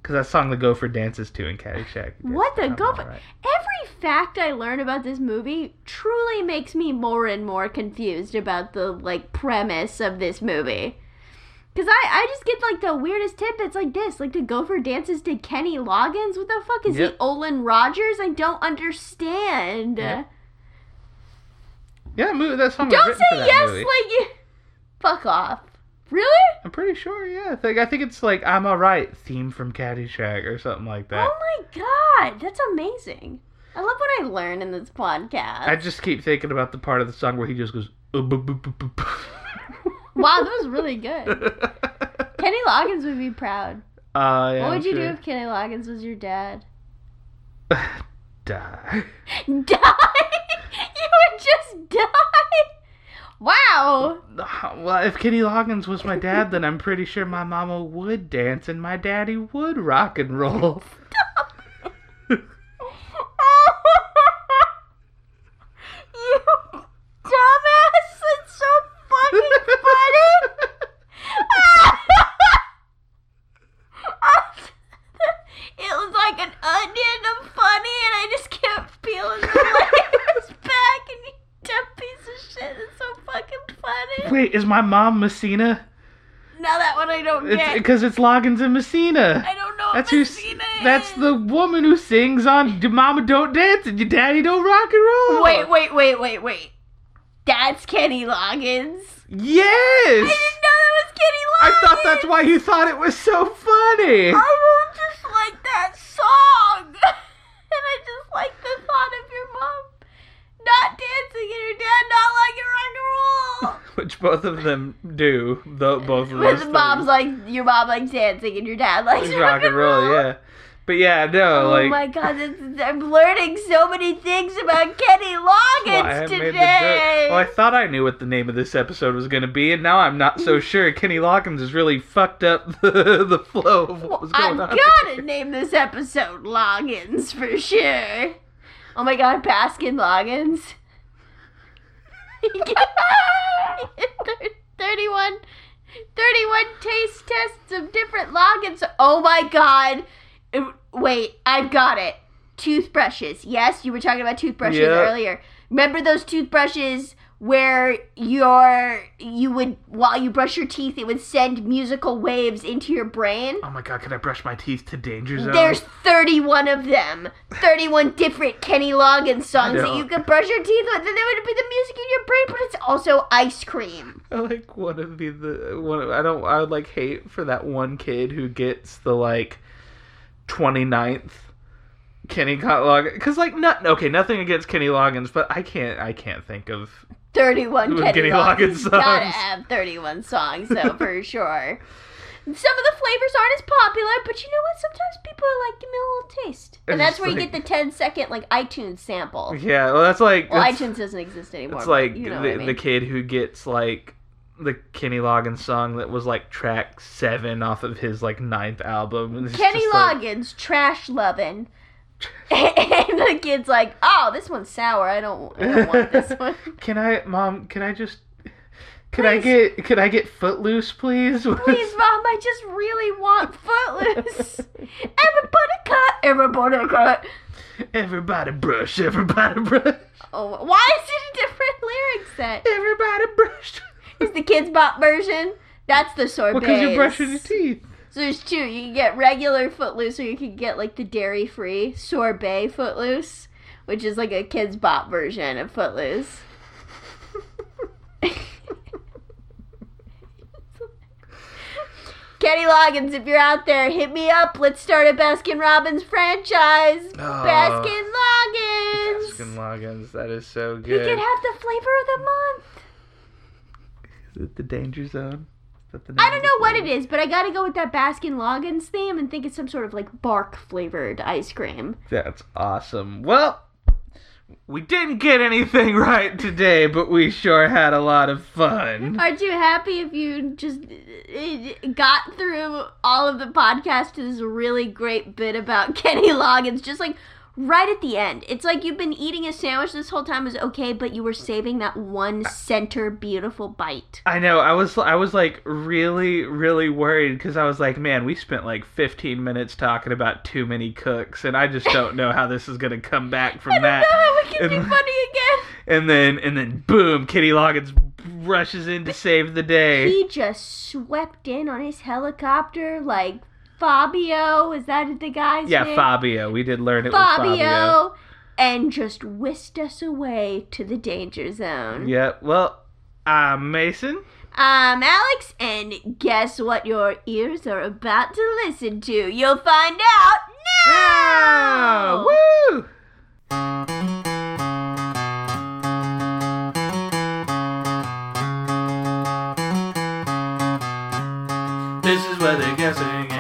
Cause that song the gopher dances to in Caddyshack. What the Not gopher- all right. Every fact I learn about this movie truly makes me more and more confused about the like premise of this movie. Cause I, I just get like the weirdest tidbits like this, like the gopher dances to Kenny Loggins. What the fuck is he Yep. Olin Rogers? I don't understand. Yep. Yeah, that movie. That song. was Don't written for say that yes movie. like you. Fuck off. Really? I'm pretty sure. Yeah, I think, I think it's like I'm all right theme from Caddyshack or something like that. Oh my god, that's amazing. I love what I learn in this podcast. I just keep thinking about the part of the song where he just goes. "Uh, boop, boop, boop, boop, Wow, that was really Uh, good. boop." Kenny Loggins would be proud. Uh, yeah, what I'm would you do sure. if Kenny Loggins was your dad? Die. Die! you would just die! Wow! Well, if Kenny Loggins was my dad, then I'm pretty sure my mama would dance and my daddy would rock and roll. you dumbass! It's so fucking it was like an onion of funny, and I just kept peeling the layers back. And you dumb piece of shit, it's so fucking funny. Wait, is my mom Messina? Now that one I don't It's get. because it's Loggins and Messina. I don't know. That's if who. I've s- seen it. That's the woman who sings on "Your Mama Don't Dance and Your Daddy Don't Rock and Roll." Wait, wait, wait, wait, wait. That's Kenny Loggins. I Yes. didn't know that was Kenny I Loggins. thought that's why you thought it was so funny. I don't just like that song. and I just like the thought of your mom not dancing and your dad not liking rock and roll. Which both of them do. Though both of With those mom's things. like your mom likes dancing and your dad likes It's rock and roll, yeah. But yeah, no, Oh like my god, this is, I'm learning so many things about Kenny well, Loggins I made the joke. today. Well, I thought I knew what the name of this episode was going to be, and now I'm not so sure. Kenny Loggins has really fucked up the, the flow of what was I've going on. gotta name this episode Loggins for sure. Oh my god, Baskin Loggins. 31, 31 taste tests of different Loggins. Oh my god. Uh, Wait, I've got it. Toothbrushes. Yes, you were talking about toothbrushes Yeah. earlier. Remember those toothbrushes where your you would while you brush your teeth it would send musical waves into your brain? Oh my god, can I brush my teeth to Danger Zone? There's 31 of them. 31 different Kenny Loggins songs that know. you could brush your teeth with, and that would be the music in your brain, but it's also ice cream. I like want to be the one. I don't. I would like hate for that one kid who gets the like 29th Kenny Loggins. Because like, not okay. Nothing against Kenny Loggins, but I can't. I can't think of 31 Ooh, Kenny, Kenny Loggins. Loggins Gotta songs. have 31 songs, though, for sure. Some of the flavors aren't as popular, but you know what? Sometimes people are like, give me a little taste. And It's that's just where you like- get the 10 second, like, iTunes sample. Yeah, well, that's like Well, that's, iTunes doesn't exist anymore. that's but like you know the, what I mean. the kid who gets like the Kenny Loggins song that was like track seven off of his like ninth album. and it's Kenny just, like, Loggins, trash lovin'. and the kid's like, oh, this one's sour. I don't, I don't want this one. Can I, mom? Can I just? Could I get could I get Footloose, please? Please, Mom, I just really want Footloose. everybody cut, everybody cut. Everybody brush, everybody brush, Oh, why is it a different lyric set? everybody brush. It's the Kids Bop version. That's the sorbet. Because you're brushing your teeth. So there's two. You can get regular Footloose, or you can get like the dairy-free sorbet Footloose, which is like a Kids Bop version of Footloose. Kenny Loggins, if you're out there, hit me up. Let's start a Baskin Robbins franchise. Baskin Loggins. Uh, Oh, Baskin Loggins, that is so You good. could have the flavor of the month. Is it the Danger Zone? Is that the I name of don't the know what flavor? it is, but I gotta go with that Baskin Loggins theme and think it's some sort of like bark flavored ice cream. That's awesome. Well, we didn't get anything right today, but we sure had a lot of fun. Aren't you happy if you just uh, got through all of the podcast to this really great bit about Kenny Loggins? Just like right at the end. It's like you've been eating a sandwich this whole time, is okay, but you were saving that Uh, one center beautiful bite. I know. I was I was like really really worried because I was like, man, we spent like 15 minutes talking about too many cooks, and I just don't know how this is gonna come back from I don't that. know how we can be And- funny again. And then and then boom, Kitty Loggins rushes in to save the day. He just swept in on his helicopter like Fabio. Is that the guy's Yeah, name? Fabio. We did learn it was Fabio. Fabio, and just whisked us away to the danger zone. Yeah. Well, I'm Mason. I'm Um, Alex, and guess what your ears are about to listen to? You'll find out Yeah! now! Woo! This is where they're guessing